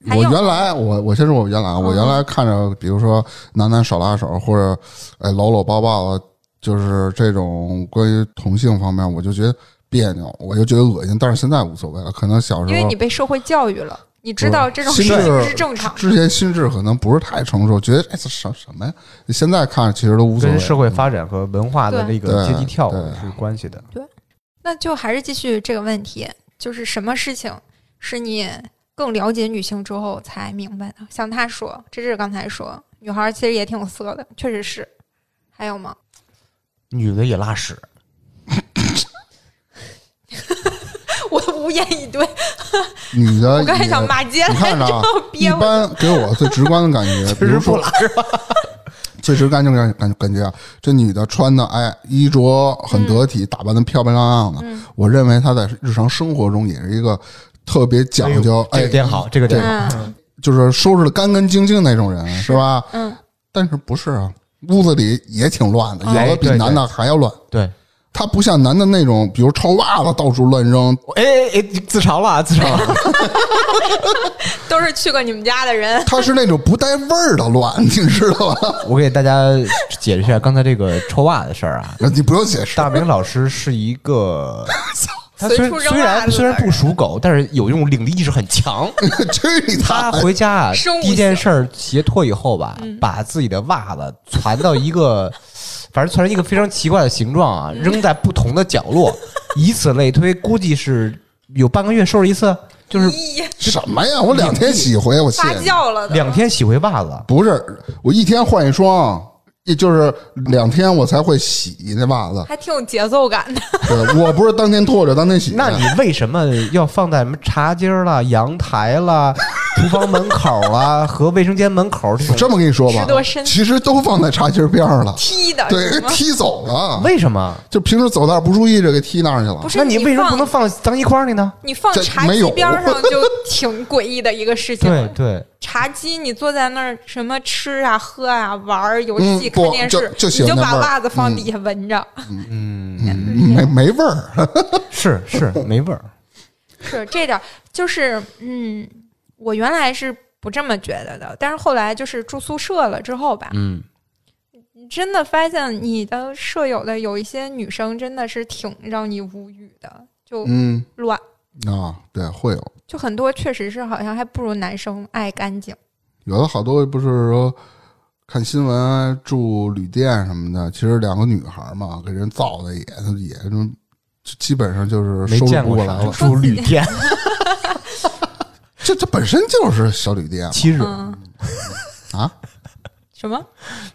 Speaker 1: 还
Speaker 3: [LAUGHS] 我
Speaker 1: 有嗯
Speaker 3: 原来我我先说我原来啊，我原来看着，比如说男男手拉手或者哎搂搂抱抱啊，就是这种关于同性方面，我就觉得别扭，我就觉得恶心。但是现在无所谓了，可能小时
Speaker 1: 因为
Speaker 3: 候
Speaker 1: 你被社会教育了，你知道这种事
Speaker 3: 心
Speaker 1: 情
Speaker 3: 智
Speaker 1: 是正常的。
Speaker 3: 之前心智可能不是太成熟，觉得哎这什什么呀？现在看其实都无所
Speaker 2: 跟
Speaker 3: 谓。
Speaker 2: 社会发展和文化的
Speaker 1: 对
Speaker 2: 这个阶级跳
Speaker 3: 对
Speaker 2: 舞是有关系的。
Speaker 1: 那就还是继续这个问题，就是什么事情是你更了解女性之后才明白的？像他说，这是刚才说，女孩其实也挺色的，确实是。还有吗？ [LAUGHS]
Speaker 2: 女的也拉屎，
Speaker 1: 我无言以对，
Speaker 3: 女的
Speaker 1: 我
Speaker 3: 呃也，
Speaker 1: 刚才想骂街
Speaker 3: 你看着
Speaker 1: 来 [LAUGHS]
Speaker 3: 啊
Speaker 1: 着，
Speaker 3: 一
Speaker 1: 憋我。
Speaker 3: 般给我最直观的
Speaker 2: [LAUGHS]
Speaker 3: 感觉，比
Speaker 2: 确实
Speaker 3: 如
Speaker 2: 不
Speaker 3: 说
Speaker 2: 拉屎。
Speaker 3: 最直观就感感感觉啊，这女的穿的哎衣着
Speaker 1: 嗯
Speaker 3: 很得体，打扮的漂漂亮亮的。我认为她在日常生活中也是一个特别讲究，
Speaker 2: 这
Speaker 3: 哎，
Speaker 2: 个点好，这个点好。
Speaker 1: 嗯，
Speaker 3: 就是收拾的干干净净那种人，是吧？
Speaker 1: 嗯。哦
Speaker 3: 但是不是啊？屋子里也挺乱的，有
Speaker 2: 哎
Speaker 3: 的比
Speaker 2: 对
Speaker 3: 男的还要乱。
Speaker 2: 对，
Speaker 3: 她不像男的那种，比如抄袜子到处乱扔，
Speaker 2: 哎哎哎，自嘲了，啊，自嘲了。
Speaker 1: 都是去过你们家的人。
Speaker 3: 她是那种不带味儿的乱，你知道吧？
Speaker 2: 我给大家解释一下刚才这个臭袜的事儿啊。
Speaker 3: 你不用解
Speaker 2: [LAUGHS]
Speaker 3: 释，[LAUGHS]
Speaker 2: 大明老师是一
Speaker 1: [LAUGHS]
Speaker 2: 个，他
Speaker 1: 随
Speaker 2: 虽
Speaker 1: 处扔
Speaker 2: 虽
Speaker 1: 袜
Speaker 2: 然
Speaker 1: 子
Speaker 2: 虽然
Speaker 1: 的
Speaker 2: 不属狗，但是有一种领地意识很
Speaker 1: [LAUGHS]
Speaker 2: 强。
Speaker 3: 去你哎
Speaker 2: 他
Speaker 3: 大爷！
Speaker 2: 回家啊，
Speaker 1: 生物嗯
Speaker 2: 第一件事儿鞋脱以后吧，把自己的袜子攒到一个， [LAUGHS] 反正攒成一个非常奇怪的形状
Speaker 1: 嗯
Speaker 2: 啊，扔在不同的角落，以此类推，估计是有半个月收拾一次，就是
Speaker 1: 咦
Speaker 3: 什么呀？我两天洗一回，我谢
Speaker 1: 发
Speaker 3: 你。
Speaker 1: 酵了的，，
Speaker 2: 两天洗回袜子。
Speaker 3: 不是，我一天换一双，也就是两天我才会洗那袜子
Speaker 1: 还挺有节奏感的。
Speaker 3: 对我不是当天脱着当天洗的。
Speaker 2: 那你为什么要放在什么茶几儿啦、 [LAUGHS] 阳台啦、厨房门口啦和卫生间门口这
Speaker 3: 我
Speaker 2: 种？
Speaker 3: 这么跟你说吧
Speaker 1: 十多身，
Speaker 3: 其实都放在茶几边
Speaker 1: [LAUGHS]
Speaker 3: 上了，
Speaker 1: 踢的
Speaker 3: 对
Speaker 1: 是，吗？
Speaker 3: 踢走了。
Speaker 2: 为什么？
Speaker 3: 就平时走道不注意，这给踢那儿去了。
Speaker 1: 不是
Speaker 2: 那你为什么不能
Speaker 1: 放
Speaker 2: 放脏衣筐里呢？
Speaker 1: 你放
Speaker 3: 这
Speaker 1: 茶
Speaker 3: 没
Speaker 1: 几
Speaker 3: 有
Speaker 1: 边儿
Speaker 3: [LAUGHS]
Speaker 1: 上就挺诡异的一个事情。
Speaker 2: 对对，
Speaker 1: 茶几，你坐在那儿什么吃啊、喝啊、玩儿、游戏、
Speaker 3: 嗯
Speaker 1: 看
Speaker 3: 不
Speaker 1: 电
Speaker 3: 就
Speaker 1: 视，
Speaker 3: 就喜
Speaker 1: 你
Speaker 3: 欢
Speaker 1: 就
Speaker 3: 那
Speaker 1: 把
Speaker 3: 味儿
Speaker 1: 袜子放
Speaker 3: 嗯
Speaker 1: 底下闻着。
Speaker 2: 嗯，
Speaker 3: 没没味儿，
Speaker 2: 是是没味儿。
Speaker 1: [LAUGHS] 是这点儿，就是嗯，我原来是不这么觉得的，但是后来就是住宿舍了之后吧，
Speaker 2: 嗯，
Speaker 1: 你真的发现你的舍友的有一些女生真的是挺让你无语的，就
Speaker 3: 嗯
Speaker 1: 乱，
Speaker 3: 啊，对，会有
Speaker 1: 就很多确实是好像还不如男生爱干净。
Speaker 3: 有的好多不是说看新闻啊住旅店什么的，其实两个女孩嘛，给人造的也也就基本上就是
Speaker 2: 没
Speaker 3: 收拾
Speaker 2: 见
Speaker 3: 不
Speaker 2: 过
Speaker 3: 过
Speaker 2: 啥
Speaker 3: 来了。
Speaker 2: 住旅 [LAUGHS] 店，
Speaker 3: 这这本身就是小旅
Speaker 2: [LAUGHS]
Speaker 3: 店
Speaker 2: 七日。
Speaker 1: 嗯，
Speaker 3: [LAUGHS] 啊，
Speaker 1: 什么？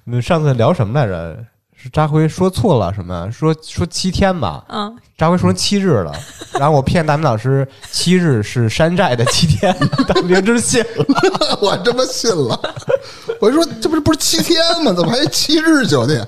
Speaker 2: 嗯，上次聊什么来着？是扎辉说错了什么？说说七天吧，
Speaker 1: 嗯，
Speaker 2: 扎辉说成七日了，然后我骗大明老师七日是山寨的七天，大明真信了。
Speaker 3: 我他妈信了。我说这不是不是七天吗？怎么还七日酒店？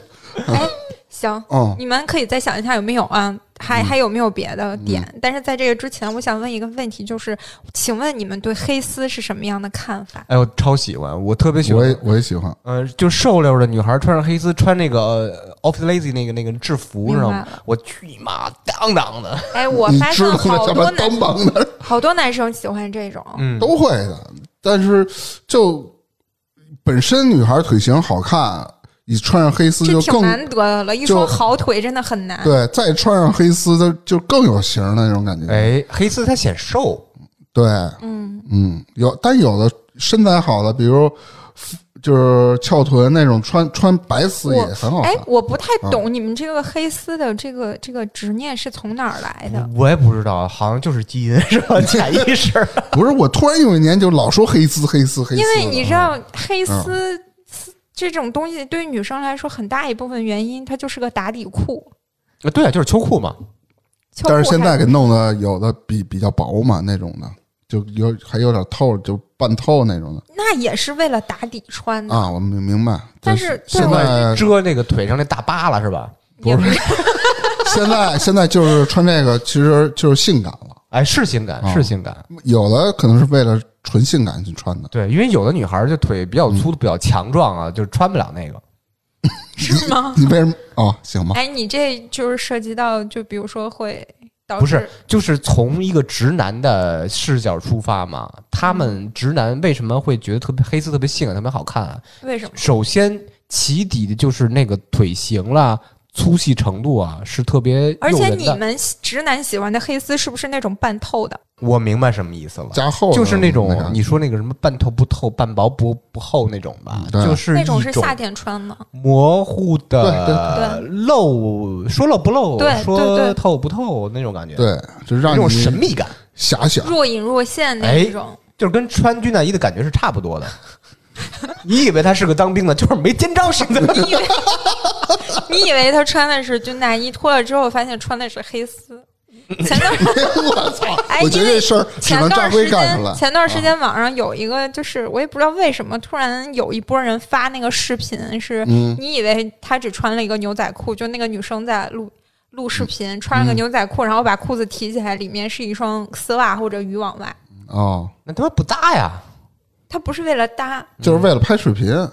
Speaker 1: 哎，行。
Speaker 3: 嗯，
Speaker 1: 你们可以再想一下有没有啊，还还有没有别的点？
Speaker 3: 嗯
Speaker 1: 但是在这个之前，我想问一个问题，就是，请问你们对黑丝是什么样的看法？
Speaker 2: 哎，我超喜欢，我特别喜
Speaker 3: 我
Speaker 2: 欢
Speaker 3: 也。我也喜欢。
Speaker 2: 嗯、就瘦溜的女孩穿上黑丝，穿那个呃 Office Lazy 那个那个制服，
Speaker 1: 明
Speaker 2: 知道
Speaker 1: 白
Speaker 2: 吗？我去你妈，当当的，
Speaker 1: 哎，我
Speaker 3: 你
Speaker 1: 发
Speaker 3: 知
Speaker 1: 现
Speaker 3: 道
Speaker 1: 好多
Speaker 3: 什么
Speaker 1: 男
Speaker 3: 当帮的
Speaker 1: 好多男生喜欢这种，
Speaker 2: 嗯，
Speaker 3: 都会的，但是就本身女孩腿型好看，你穿上黑丝
Speaker 1: 这
Speaker 3: 就
Speaker 1: 挺
Speaker 3: 更
Speaker 1: 难得的了。一
Speaker 3: 就
Speaker 1: 双好腿真的很难。
Speaker 3: 对，再穿上黑丝它就更有型儿的那种感觉。
Speaker 2: 哎，黑丝它显瘦，
Speaker 3: 对，
Speaker 1: 嗯，
Speaker 3: 嗯，有，但有的身材好的，比如就是翘臀那种，穿穿白丝也很好看嗯
Speaker 1: 哎。，我不太懂你们这个黑丝的这个这个执念是从哪儿来
Speaker 3: 嗯
Speaker 1: 的？
Speaker 2: 我也不知道，好像就是基因是 [LAUGHS] 吧？潜意识。
Speaker 3: 不是，我突然有一年就老说黑丝黑丝黑
Speaker 1: 哎
Speaker 3: 丝嗯
Speaker 1: 因
Speaker 3: 了，
Speaker 1: 为你知道黑丝。这种东西对于女生来说，很大一部分原因它就是个打底裤。
Speaker 2: 对啊，就是秋裤嘛。
Speaker 1: 秋
Speaker 3: 但是
Speaker 1: 裤
Speaker 3: 现
Speaker 1: 还
Speaker 3: 在给弄的有的比比较薄嘛，那种的就有还有点透，就半透那种的
Speaker 1: 那也是为了打底穿的，
Speaker 3: 啊，我明明白。
Speaker 1: 嗯但
Speaker 3: 就是现
Speaker 1: 对
Speaker 3: 在
Speaker 2: 遮那个腿上那大疤了是吧？
Speaker 1: 也不是
Speaker 3: [LAUGHS] 现在现在就是穿这个，其实就是性感了。
Speaker 2: 哎，是性感，
Speaker 3: 啊
Speaker 2: 是性感。
Speaker 3: 有的可能是为了纯性感去穿的，
Speaker 2: 对，因为有的女孩儿就腿比较粗、比较强壮啊，就是穿不了那个。
Speaker 1: 是
Speaker 3: [LAUGHS]
Speaker 1: 吗？
Speaker 3: 你为什么？哦，行吧，
Speaker 1: 哎，你这就是涉及到，就比如说会导致
Speaker 2: 不是，就是从一个直男的视角出发嘛。他们
Speaker 1: 嗯
Speaker 2: 直男为什么会觉得特别黑丝特别性感、特别好看啊？
Speaker 1: 为什么？
Speaker 2: 首先起底的就是那个腿型啦、粗细程度啊，是特别
Speaker 1: 而
Speaker 2: 诱
Speaker 1: 且
Speaker 2: 人
Speaker 1: 你
Speaker 2: 的。
Speaker 1: 们喜直男喜欢的黑丝是不是那种半透的？
Speaker 2: 我明白什么意思了。
Speaker 3: 加厚的
Speaker 2: 哎就是那种
Speaker 3: 个
Speaker 2: 你说那个嗯什么半透不透、半薄不不厚那种吧，
Speaker 3: 嗯对
Speaker 2: 就是
Speaker 1: 那
Speaker 2: 一种
Speaker 1: 是夏天穿的。
Speaker 2: 模糊的
Speaker 3: 对
Speaker 2: 漏，说漏不漏
Speaker 1: 对，对
Speaker 2: 说
Speaker 1: 对
Speaker 2: 透不透那种感觉，，
Speaker 3: 对，就
Speaker 2: 那
Speaker 3: 让
Speaker 2: 种
Speaker 3: 你
Speaker 2: 神秘感，
Speaker 3: 遐想。
Speaker 1: 若隐若现那
Speaker 2: 哎
Speaker 1: 一种。
Speaker 2: 就是跟穿军大衣的感觉是差不多 [LAUGHS] 的。你以为他是个当兵的，就是没肩章什么 [LAUGHS] 的。
Speaker 1: 你以为你以为他穿的是军大衣，脱了之后发现穿的是黑
Speaker 3: [LAUGHS]
Speaker 1: 丝。前段
Speaker 3: 我操！
Speaker 1: [LAUGHS] 哎
Speaker 3: 我觉得
Speaker 1: 因为
Speaker 3: 这事儿只
Speaker 1: 前
Speaker 3: 能张
Speaker 1: 段
Speaker 3: 辉
Speaker 1: 时
Speaker 3: 干出
Speaker 1: 间
Speaker 3: 来。
Speaker 1: 前段时
Speaker 3: 啊
Speaker 1: 间网上有一个，就是我也不知道为什么突然有一波人发那个视频，是
Speaker 3: 嗯
Speaker 1: 你以为他只穿了一个牛仔裤，就那个女生在录录视频，
Speaker 3: 嗯
Speaker 1: 穿了个牛仔裤，然后把裤子提起来，里面是一双丝袜或者渔网袜。
Speaker 3: 哦，
Speaker 2: 那他妈不搭呀！
Speaker 1: 他不是为了搭，
Speaker 3: 就是为了拍视频。哦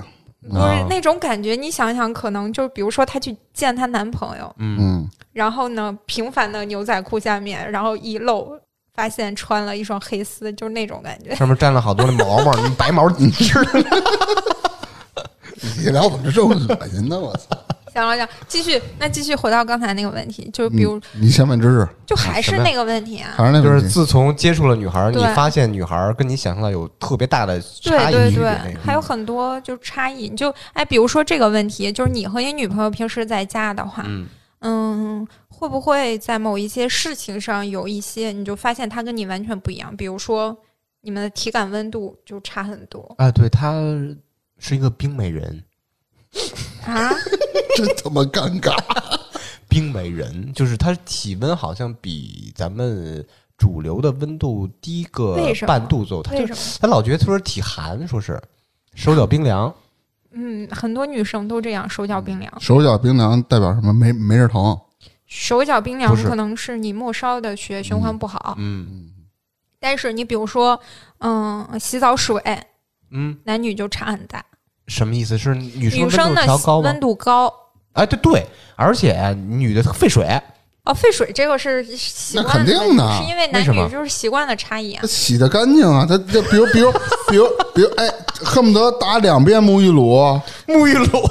Speaker 1: 不是那种感觉。你想想，可能就比如说她去见她男朋友，
Speaker 3: 嗯，
Speaker 1: 然后呢，平凡的牛仔裤下面，然后一露，发现穿了一双黑丝，就是那种感觉。
Speaker 2: 上面沾了好多那毛 [LAUGHS] 毛，那白毛，你知道吗？
Speaker 3: [LAUGHS] 你聊我们这种恶心的，我操！
Speaker 1: 行了，行，继续，那继续回到刚才那个问题，就是比如，
Speaker 3: 你你先问知识，
Speaker 1: 就还是那个问题啊，
Speaker 3: 还嗯是那
Speaker 2: 就是
Speaker 3: 问题？
Speaker 2: 自从接触了女孩儿，你
Speaker 1: 对
Speaker 2: 发现女孩儿跟你想象的有特别大的
Speaker 1: 对
Speaker 2: 差异
Speaker 1: 对
Speaker 2: 区
Speaker 1: 对
Speaker 2: 别那，种
Speaker 1: 还有很多就差异。你就哎，比如说这个问题，就是你和你女朋友平时在家的话，
Speaker 2: 嗯
Speaker 1: 嗯，会不会在某一些事情上有一些，你就发现她跟你完全不一样？比如说你们的体感温度就差很多，
Speaker 2: 啊，对，她是一个冰美人，
Speaker 1: 啊，
Speaker 3: 真他妈尴尬。
Speaker 2: 冰美人，就是它体温好像比咱们主流的温度低个
Speaker 1: 为什么
Speaker 2: 半度左右，它
Speaker 1: 为
Speaker 2: 就
Speaker 1: 什么？
Speaker 2: 他老觉得说体寒，说是手脚冰凉，
Speaker 1: 嗯，很多女生都这样，手脚
Speaker 2: 嗯
Speaker 1: 冰凉。
Speaker 3: [LAUGHS] 手脚冰凉代表什么？没没人疼，
Speaker 1: 手脚冰凉
Speaker 2: 不是
Speaker 1: 可能是你末梢的血液循环不好，
Speaker 2: 嗯
Speaker 1: 但是你比如说，嗯，洗澡水，
Speaker 2: 嗯，
Speaker 1: 男女就差很大。
Speaker 2: 什么意思？是女生
Speaker 1: 女
Speaker 2: 温度
Speaker 1: 生的
Speaker 2: 调高吗
Speaker 1: 温？度高，
Speaker 2: 哎，对对，而且哎女的沸水，
Speaker 1: 哦，沸水这个是习
Speaker 3: 那
Speaker 1: 惯的
Speaker 3: 肯
Speaker 1: 问题
Speaker 3: 定的
Speaker 1: 是因为男
Speaker 2: 为什
Speaker 1: 女
Speaker 2: 么
Speaker 1: 就是习惯的差异啊
Speaker 3: 他。洗的干净啊。他这比如比如比如比如哎，恨不得打两遍沐浴露。
Speaker 2: 沐浴露，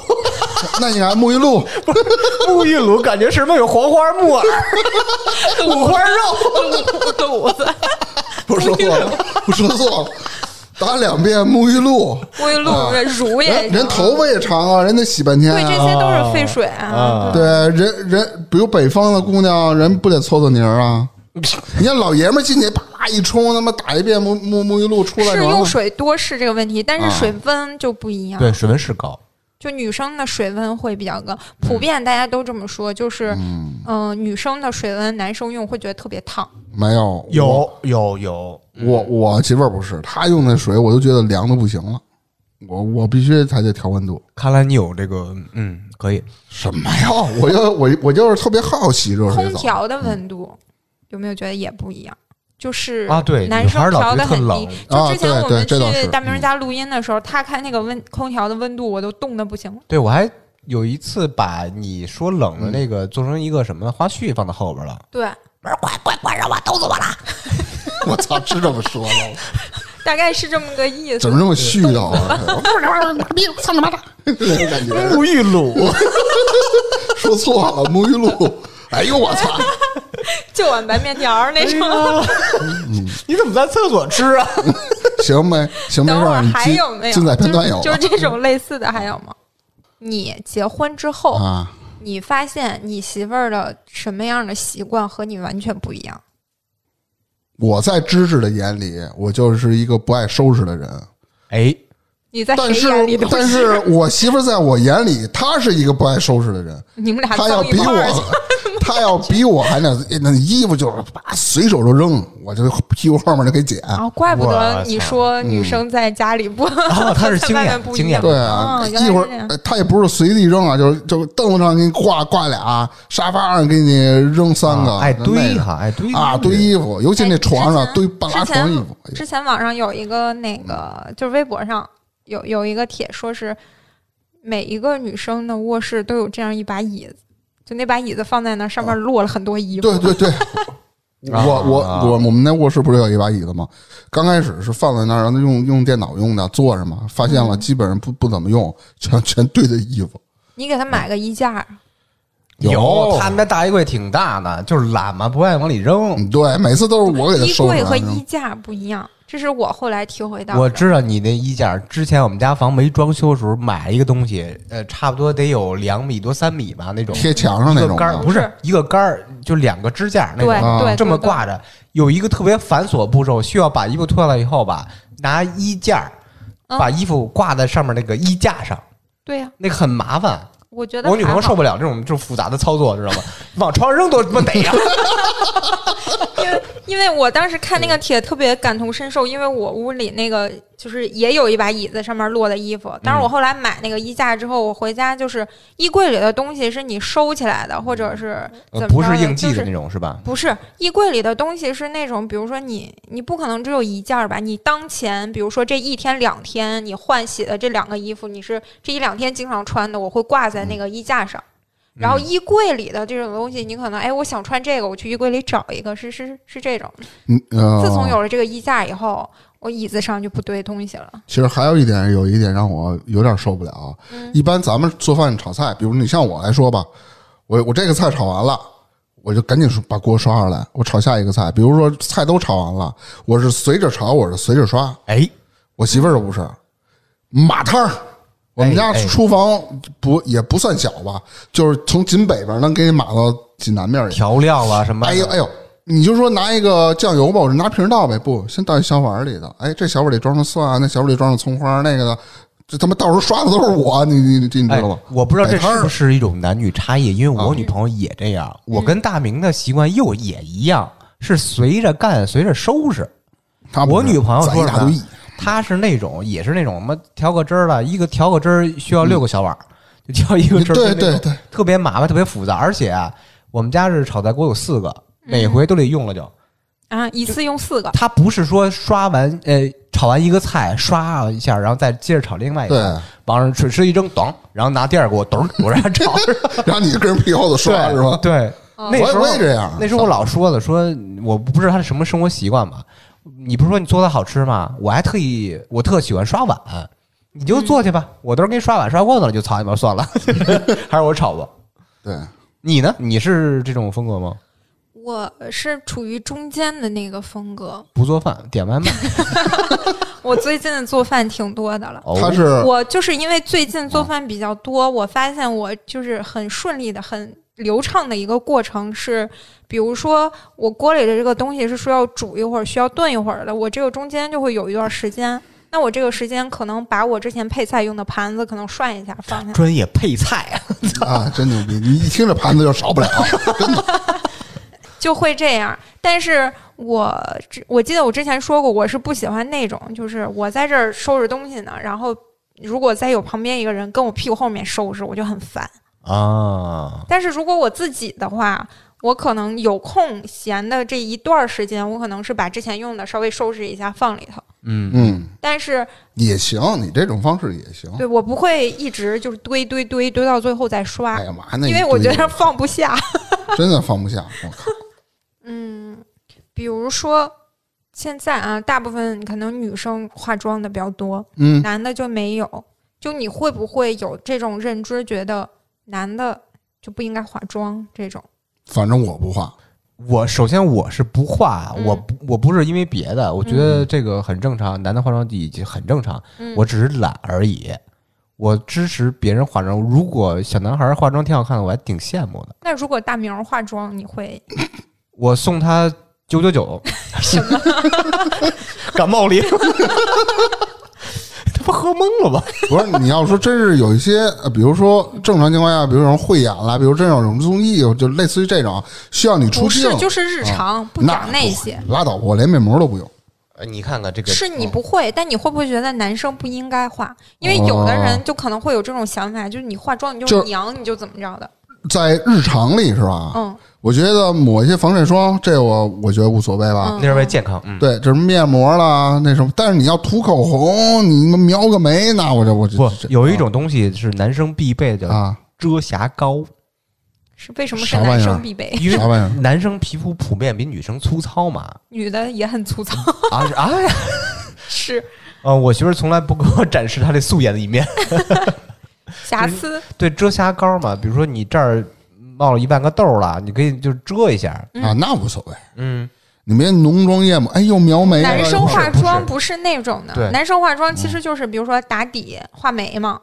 Speaker 3: 那你还沐浴露？
Speaker 2: [LAUGHS] 沐浴露，感觉什么有黄花木耳、五花肉，
Speaker 1: 肚子
Speaker 3: 我说错了，我说错了，打两遍沐浴露。
Speaker 1: 沐浴露呃
Speaker 3: 啊、
Speaker 1: 乳也
Speaker 3: 人人头发也长啊，人得洗半天、
Speaker 1: 对，这
Speaker 3: 啊。
Speaker 1: 些都是沸水啊
Speaker 2: 啊。
Speaker 3: 对，人人比如北方的姑娘，人不得搓搓泥儿啊？你看老爷们儿进去，啪一冲，他妈打一遍沐沐沐浴露出来
Speaker 1: 是
Speaker 3: 就完
Speaker 1: 用
Speaker 3: 了。
Speaker 1: 水多是这个问题，但
Speaker 3: 啊
Speaker 1: 是水温就不一样。
Speaker 2: 对，水温是高，
Speaker 1: 就女生的水温会比较高，普
Speaker 3: 嗯
Speaker 1: 遍大家都这么说，就是嗯、呃女生的水温男生用会觉得特别烫。
Speaker 3: 没有，我
Speaker 2: 有有有，
Speaker 3: 我我媳妇儿不是，她用那水我就觉得凉的不行了，我我必须还得调温度。
Speaker 2: 看来你有这个，嗯，可以，
Speaker 3: 什么呀？我要我我就是嗯特别好奇热水
Speaker 1: 空
Speaker 3: 澡。
Speaker 1: 调的温度、有没有觉得也不一样？就是
Speaker 2: 啊对
Speaker 1: 男生
Speaker 2: 女孩儿老
Speaker 1: 调的
Speaker 2: 觉得
Speaker 1: 很
Speaker 2: 特
Speaker 1: 低
Speaker 2: 冷。
Speaker 1: 就之前
Speaker 3: 啊对
Speaker 1: 我们
Speaker 3: 对这倒是
Speaker 1: 去大明家录音的时候，他开那个温空调的温度，我都冻得不行了。
Speaker 2: 对我还有一次把你说冷的那个做成一个什么花絮放到后边了，
Speaker 1: 对，
Speaker 3: 我操，是这么说的，
Speaker 1: 大概是这么个意
Speaker 3: 怎
Speaker 1: 思
Speaker 3: 么。这么絮
Speaker 1: [LAUGHS]
Speaker 3: 叨啊？操你妈的！那种感觉
Speaker 2: 沐浴露，
Speaker 3: 说错了，沐浴
Speaker 1: [LAUGHS]
Speaker 3: 露。哎呦我操！
Speaker 1: 就碗白面条儿那
Speaker 3: 哎
Speaker 1: 种。
Speaker 2: 哎
Speaker 3: 嗯
Speaker 2: [LAUGHS] 你怎么在厕所吃啊？
Speaker 3: 行没行没
Speaker 1: 等
Speaker 3: 事
Speaker 1: 会
Speaker 3: 儿，
Speaker 1: 儿
Speaker 3: 你
Speaker 1: 还
Speaker 3: 精
Speaker 1: 有没有？
Speaker 3: 精彩片段嗯
Speaker 1: 就是
Speaker 3: 有
Speaker 1: 就是这种类似的还有吗？你结婚之后，
Speaker 3: 啊？
Speaker 1: 你发现你媳妇儿的什么样的习惯和你完全不一样？
Speaker 3: 我在芝芝的眼里，我就是一个不爱收拾的人，
Speaker 2: 哎，
Speaker 1: 你在
Speaker 3: 但
Speaker 1: 谁
Speaker 3: 是
Speaker 1: 眼里都
Speaker 3: 但是我媳妇儿在我眼里，她是一个不爱收拾的人，
Speaker 1: 你们俩
Speaker 3: 她要
Speaker 1: 脏一
Speaker 3: 比
Speaker 1: 块儿
Speaker 3: [LAUGHS]
Speaker 1: 去
Speaker 3: 我，她要比我还那那衣服就是啪随手就扔，我就屁股后面就给捡。
Speaker 1: 啊！怪不
Speaker 2: 我
Speaker 1: 得
Speaker 2: 操
Speaker 1: 你说女生在家里不，
Speaker 2: 啊她
Speaker 1: [LAUGHS]
Speaker 2: 是
Speaker 1: 在外面不
Speaker 2: 经
Speaker 1: 一
Speaker 2: 验
Speaker 1: 样。
Speaker 3: 嗯对啊，
Speaker 1: 哦原来
Speaker 3: 一会儿
Speaker 1: 是这样
Speaker 3: 呃她也不是随地扔啊，就是就是凳子上给你挂挂俩，沙发上给你扔三个，
Speaker 2: 啊爱
Speaker 3: 那
Speaker 2: 堆
Speaker 3: 个
Speaker 2: 哈，爱堆
Speaker 3: 啊，
Speaker 2: 东
Speaker 3: 堆
Speaker 2: 西
Speaker 3: 衣服，尤其
Speaker 1: 哎
Speaker 3: 那床上堆半拉
Speaker 1: 之前
Speaker 3: 床衣服，哎呀
Speaker 1: 之前网上有一个那
Speaker 2: 嗯
Speaker 1: 个，就是微博上有有一个帖，说是每一个女生的卧室都有这样一把椅子，就那把椅子放在那儿，上面落了很多衣服。
Speaker 3: 哎对对对，
Speaker 2: 啊
Speaker 3: 我我
Speaker 2: 啊
Speaker 3: 我我们那卧室不是有一把椅子吗？刚开始是放在那儿，让他用用电脑用的，坐着嘛。发现了，
Speaker 1: 嗯
Speaker 3: 基本上不不怎么用，全全堆的衣服。
Speaker 1: 你给她买个衣架，
Speaker 2: 有
Speaker 3: 有，
Speaker 2: 他们家大衣柜挺大的，就是懒嘛，不爱往里扔。
Speaker 3: 嗯对，每次都是我给他
Speaker 1: 衣
Speaker 3: 收拾
Speaker 1: 柜和
Speaker 3: 完
Speaker 1: 衣
Speaker 3: 扔。
Speaker 1: 架不一样，这是我后来体会到的。
Speaker 2: 我知道你那衣架，之前我们家房没装修的时候买了一个东西，呃，差不多得有两米多三米吧那种，
Speaker 3: 贴墙上
Speaker 2: 一
Speaker 3: 那
Speaker 2: 个
Speaker 3: 种
Speaker 2: 杆儿
Speaker 3: 的，
Speaker 2: 不是一个杆儿，就两个支架那
Speaker 1: 对
Speaker 2: 种，
Speaker 3: 啊
Speaker 1: 对，
Speaker 2: 这么
Speaker 1: 对对
Speaker 2: 挂着，有一个特别繁琐步骤，需要把衣服脱下来以后吧，拿衣架儿
Speaker 1: 嗯
Speaker 2: 把衣服挂在上面那个衣架上，
Speaker 1: 对呀，
Speaker 2: 那个很麻烦。
Speaker 1: 我觉得
Speaker 2: 我女朋友
Speaker 1: 还好
Speaker 2: 受不了这种这种复杂的操作，知道吗？往床上扔多他妈得呀！
Speaker 1: 因为因为我当时看那个帖特别感同身受，因为我屋里那个就是也有一把椅子，上面落的衣服。但
Speaker 2: 嗯
Speaker 1: 是我后来买那个衣架之后，我回家就是衣柜里的东西是你收起来的，或者是怎么着的、
Speaker 2: 呃不是应
Speaker 1: 就
Speaker 2: 季
Speaker 1: 是
Speaker 2: 的那种是吧？
Speaker 1: 不是衣柜里的东西是那种，比如说你你不可能只有一件儿吧？你当前比如说这一天两天你换洗的这两个衣服，你是这一两天经常穿的，我会挂在那个衣架上。
Speaker 2: 嗯
Speaker 1: 然后衣柜里的这种东西，你可能哎，我想穿这个，我去衣柜里找一个，是是是这种。
Speaker 3: 嗯呃，
Speaker 1: 自从有了这个衣架以后，我椅子上就不堆东西了。
Speaker 3: 其实还有一点，有一点让我有点受不了。啊一般咱们做饭炒菜，比如你像我来说吧，我我这个菜炒完了，我就赶紧把锅刷上来，我炒下一个菜。比如说菜都炒完了，我是随着炒，我是随着刷。
Speaker 2: 哎，
Speaker 3: 我媳妇儿不是，马摊儿。我们家
Speaker 2: 哎哎
Speaker 3: 厨房不也不算小吧，就是从紧北边能给你码到紧南面去。
Speaker 2: 调料啊什么的？
Speaker 3: 哎呦哎呦，你就说拿一个酱油吧，我就拿瓶儿倒呗，不，先倒一小碗儿里的。哎，这小碗儿里装上蒜啊，那小碗儿里装上葱花儿，那个的这他妈到时候刷的都是我，你你你这你知
Speaker 2: 哎
Speaker 3: 道吗？，
Speaker 2: 我不知道这
Speaker 3: 摆摊儿
Speaker 2: 是不是一种男女差异，因为我
Speaker 3: 啊
Speaker 2: 女朋友也这样，我跟大明的习惯又也一样，是随着干，随着收拾。
Speaker 3: 他不
Speaker 2: 哎我女朋友
Speaker 3: 攒
Speaker 2: 说
Speaker 3: 一
Speaker 2: 什
Speaker 3: 大
Speaker 2: 么
Speaker 3: 堆，
Speaker 2: 她是那种，也是那种什么调个汁儿了，一个调个汁儿需要六个小碗儿，就调一个汁儿，就
Speaker 3: 对
Speaker 2: 那种
Speaker 3: 对对，
Speaker 2: 特别麻烦，特别复杂。而且啊我们家是炒菜锅有四个，
Speaker 1: 嗯
Speaker 2: 每回都得用了就。
Speaker 1: 啊，一次用四个，
Speaker 2: 它不是说刷完呃炒完一个菜刷一下，然后再接着炒另外一
Speaker 3: 对，
Speaker 2: 个，往上水池一扔，咚，然后拿第二锅，咚，我让它
Speaker 3: [LAUGHS]
Speaker 2: 炒，
Speaker 3: 然后你就跟人屁股后头刷
Speaker 2: 对
Speaker 3: 是吧？
Speaker 2: 对，
Speaker 1: 哦
Speaker 2: 那
Speaker 3: 我也
Speaker 2: 时候
Speaker 3: 我也这样
Speaker 2: 那时候我老说了，说我不知道他是什么生活习惯吧？你不是说你做的好吃吗？我还特意，我特喜欢刷碗，你就做去吧。我都是给你刷碗刷过的了，就藏一边算了， [LAUGHS] 还是我炒吧。
Speaker 3: 对，
Speaker 2: 你呢？你是这种风格吗？
Speaker 1: 我是处于中间的那个风格。
Speaker 2: 不做饭，点外 [LAUGHS] 卖。
Speaker 1: 我最近做饭挺多的了。
Speaker 2: 哦
Speaker 3: 他是
Speaker 1: 我就是因为最近做饭比较多，我发现我就是很顺利的、很流畅的一个过程是，比如说我锅里的这个东西是说要煮一会儿、需要炖一会儿的，我这个中间就会有一段时间。那我这个时间可能把我之前配菜用的盘子可能涮一下放下，
Speaker 2: 专业配菜啊，
Speaker 3: 啊，真牛逼！你一听这盘子就少不了，
Speaker 1: 就会这样。但是我之我记得我之前说过，我是不喜欢那种，就是我在这儿收拾东西呢，然后如果再有旁边一个人跟我屁股后面收拾，我就很烦。
Speaker 2: 啊，
Speaker 1: 但是如果我自己的话，我可能有空闲的这一段儿时间，我可能是把之前用的稍微收拾一下放里头。
Speaker 2: 嗯，
Speaker 3: 嗯，
Speaker 1: 但是
Speaker 3: 也行，你这种方式也
Speaker 1: [LAUGHS]
Speaker 3: 行。
Speaker 1: 对我不会一直就是堆堆堆堆到最后再刷，
Speaker 3: 哎呀妈，那
Speaker 1: 因为
Speaker 3: 一
Speaker 1: 我觉
Speaker 3: 堆
Speaker 1: 得放不下。
Speaker 3: 真的放不下，我靠，
Speaker 1: 嗯，比如说现在啊，大部分可能女生化妆的比较多，
Speaker 3: 嗯，
Speaker 1: 男的就没有。就你会不会有这种认知，觉得男的就不应该化妆这种？
Speaker 3: 反正我不化，
Speaker 2: 我首先我是不化，
Speaker 1: 嗯
Speaker 2: 我不我不是因为别的，我觉得这个很正常，男的化妆已经很正常。
Speaker 1: 嗯，
Speaker 2: 我只是懒而已。我支持别人化妆，如果小男孩化妆挺好看的，我还挺羡慕的。
Speaker 1: 那如果大明儿化妆，你会
Speaker 2: 我送他九九九，
Speaker 1: 什么？
Speaker 2: [LAUGHS] 感冒 [LAUGHS] 灵，他不喝懵了吗？
Speaker 3: [LAUGHS] 不是你要说真是有一些，呃比如说正常情况下，比如说慧眼啦，比如这种什么综艺，就类似于这种需要你出
Speaker 1: 不
Speaker 3: 镜
Speaker 1: 是，，就是日常、不
Speaker 3: 那
Speaker 1: 讲那些。
Speaker 3: 拉倒，我连面膜都不用。
Speaker 2: 呃你看看这个，嗯
Speaker 1: 是你不会，但你会不会觉得男生不应该化？因为有的人就可能会有这种想法，就是你化妆你就是
Speaker 3: 就啊
Speaker 1: 娘，你就怎么着的。
Speaker 3: 在日常里是吧？
Speaker 1: 嗯，
Speaker 3: 我觉得抹一些防晒霜，这我我觉得无所谓吧。
Speaker 1: 嗯
Speaker 2: 那是为健康，嗯，
Speaker 3: 对，这什么面膜啦，那什么，但是你要涂口红，你们描个眉，那我这我这
Speaker 2: 不
Speaker 3: 这
Speaker 2: 有一种东西是男生必备的，
Speaker 3: 啊，
Speaker 2: 遮瑕膏，
Speaker 1: 是为什么是
Speaker 3: 啥玩意
Speaker 1: 男
Speaker 3: 儿
Speaker 1: 生必备？
Speaker 2: 因
Speaker 3: 啥
Speaker 2: 为
Speaker 3: 玩意儿？
Speaker 2: 男生皮肤普遍比女生粗糙嘛。
Speaker 1: 女的也很粗糙， [LAUGHS]
Speaker 2: 啊是啊呀，
Speaker 1: 是
Speaker 2: 呃，我媳妇儿从来不给我展示她这素颜的一面。 [LAUGHS]
Speaker 1: 瑕疵。
Speaker 2: 对，遮瑕膏嘛，比如说你这儿冒了一万个痘儿了，你可以就遮一下，
Speaker 1: 嗯
Speaker 3: 啊，那无所谓。
Speaker 2: 嗯。
Speaker 3: 你别浓妆艳抹，哎，又描眉了。
Speaker 1: 男生
Speaker 3: 又
Speaker 1: 化
Speaker 2: 不是
Speaker 1: 妆不是那种的，
Speaker 2: 对
Speaker 1: 男生化妆其实就是比如说打底、画眉毛，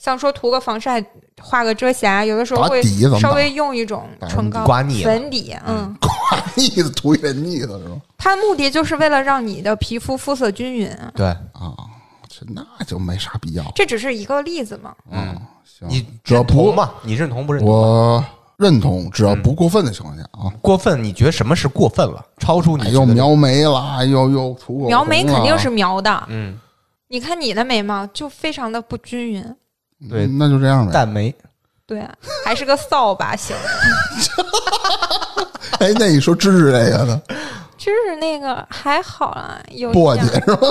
Speaker 1: 像说涂个防晒、画个遮瑕，有的时候
Speaker 3: 打
Speaker 1: 会
Speaker 3: 底怎么
Speaker 1: 稍
Speaker 3: 打
Speaker 1: 微用一种
Speaker 3: 打
Speaker 1: 唇膏
Speaker 2: 刮腻了
Speaker 1: 粉底，嗯，
Speaker 3: 腻子涂一人腻子是吧？
Speaker 1: 它的目的就是为了让你的皮肤肤色均匀，
Speaker 2: 对，
Speaker 3: 啊，这那就没啥必要。
Speaker 1: 这只是一个例子嘛。
Speaker 3: 嗯，行，
Speaker 2: 你
Speaker 3: 只要
Speaker 2: 认同
Speaker 3: 不
Speaker 2: 嘛，你认同不嗯认同？
Speaker 3: 我认同，只要不过分的情况下啊，
Speaker 2: 过分，你觉得什么是过分了？超出你
Speaker 3: 哎
Speaker 2: 觉得
Speaker 3: 又描眉啦，又又涂口红
Speaker 1: 描眉肯定
Speaker 3: 啦
Speaker 1: 是描的，
Speaker 2: 嗯
Speaker 1: 你看你的眉毛就非常的不均匀，
Speaker 2: 对
Speaker 3: 嗯那就这样
Speaker 1: [LAUGHS]
Speaker 3: 呗。
Speaker 2: 淡眉，
Speaker 1: 对，还是个扫把型。
Speaker 3: 哎，那你说芝芝这个呢？
Speaker 1: 就是那个还好啦，有
Speaker 3: 簸
Speaker 1: 一
Speaker 3: 箕
Speaker 1: 点
Speaker 3: 是吧？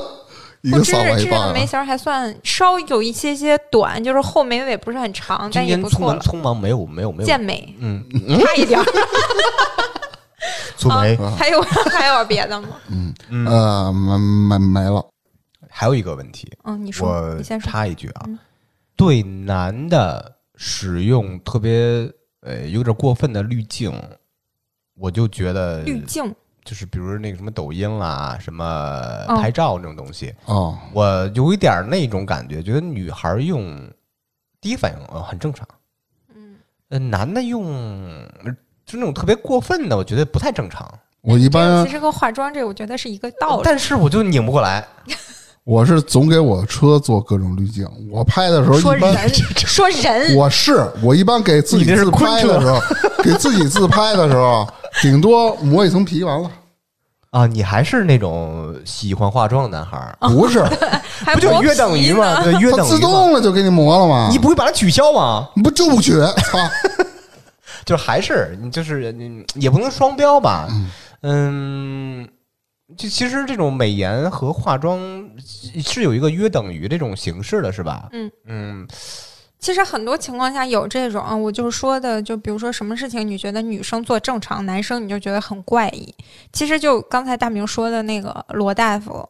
Speaker 3: 一
Speaker 1: 不
Speaker 3: 个
Speaker 1: 知
Speaker 3: 扫
Speaker 1: 是
Speaker 3: 把
Speaker 1: 这
Speaker 3: 一啊
Speaker 1: 个
Speaker 3: 棒
Speaker 1: 眉
Speaker 3: 子，
Speaker 1: 形儿还算稍有一些些短，就是后眉尾不是很长，
Speaker 2: 今
Speaker 1: 但也
Speaker 2: 天
Speaker 1: 不
Speaker 2: 匆
Speaker 1: 错
Speaker 2: 忙
Speaker 1: 了。
Speaker 2: 匆忙没有没有没有，
Speaker 1: 剑眉
Speaker 2: 嗯，
Speaker 1: 差一点儿，
Speaker 2: 粗眉
Speaker 3: 啊
Speaker 1: [LAUGHS] 还有还有别的吗？
Speaker 2: 嗯
Speaker 3: 呃，没没没了。
Speaker 2: 还有一个问题，
Speaker 1: 嗯，你说，
Speaker 2: 我
Speaker 1: 你先说。
Speaker 2: 插一句啊
Speaker 1: 嗯，
Speaker 2: 对男的使用特别呃有点过分的滤镜，我就觉得
Speaker 1: 滤镜，
Speaker 2: 就是比如那个什么抖音啦、什么
Speaker 1: 哦
Speaker 2: 拍照那种东西，
Speaker 3: 哦，
Speaker 2: 我有一点儿那种感觉，觉得女孩儿用第一反应呃很正常，
Speaker 1: 嗯，
Speaker 2: 呃男的用呃就那种特别过分的，我觉得不太正常。
Speaker 3: 我一
Speaker 1: 这个
Speaker 3: 般
Speaker 1: 其实跟化妆这个我觉得是一个道理。
Speaker 2: 但是我就拧不过来，
Speaker 3: 我是总给我车做各种滤镜，我拍的时候
Speaker 1: 说
Speaker 3: 一般
Speaker 1: 人，说人，
Speaker 3: 我是我一般给自己
Speaker 2: 你这是
Speaker 3: 自拍的时候， [LAUGHS] 给自己自拍的时候，顶多磨一层皮完了，
Speaker 2: 啊，你还是那种喜欢化妆的男孩儿，
Speaker 1: 哦
Speaker 2: [LAUGHS]
Speaker 3: 不是
Speaker 1: 还
Speaker 2: 不就
Speaker 1: 磨
Speaker 2: 约等
Speaker 1: 皮
Speaker 2: 于
Speaker 1: 呢
Speaker 2: 吗？对，约
Speaker 3: 它
Speaker 2: 等于
Speaker 3: 自
Speaker 2: 嘛。
Speaker 3: 动啊了就给你磨了嘛，
Speaker 2: 你不会把它取消吗？
Speaker 3: 不就不学？操，
Speaker 2: 就是还是你就是你也不能双标吧？嗯，就其实这种美颜和化妆是有一个约等于这种形式的，是吧？
Speaker 1: 嗯
Speaker 2: 嗯，
Speaker 1: 其实很多情况下有这种，啊，我就是说的，就比如说什么事情你觉得女生做正常，男生你就觉得很怪异。其实就刚才大明说的那个罗大夫，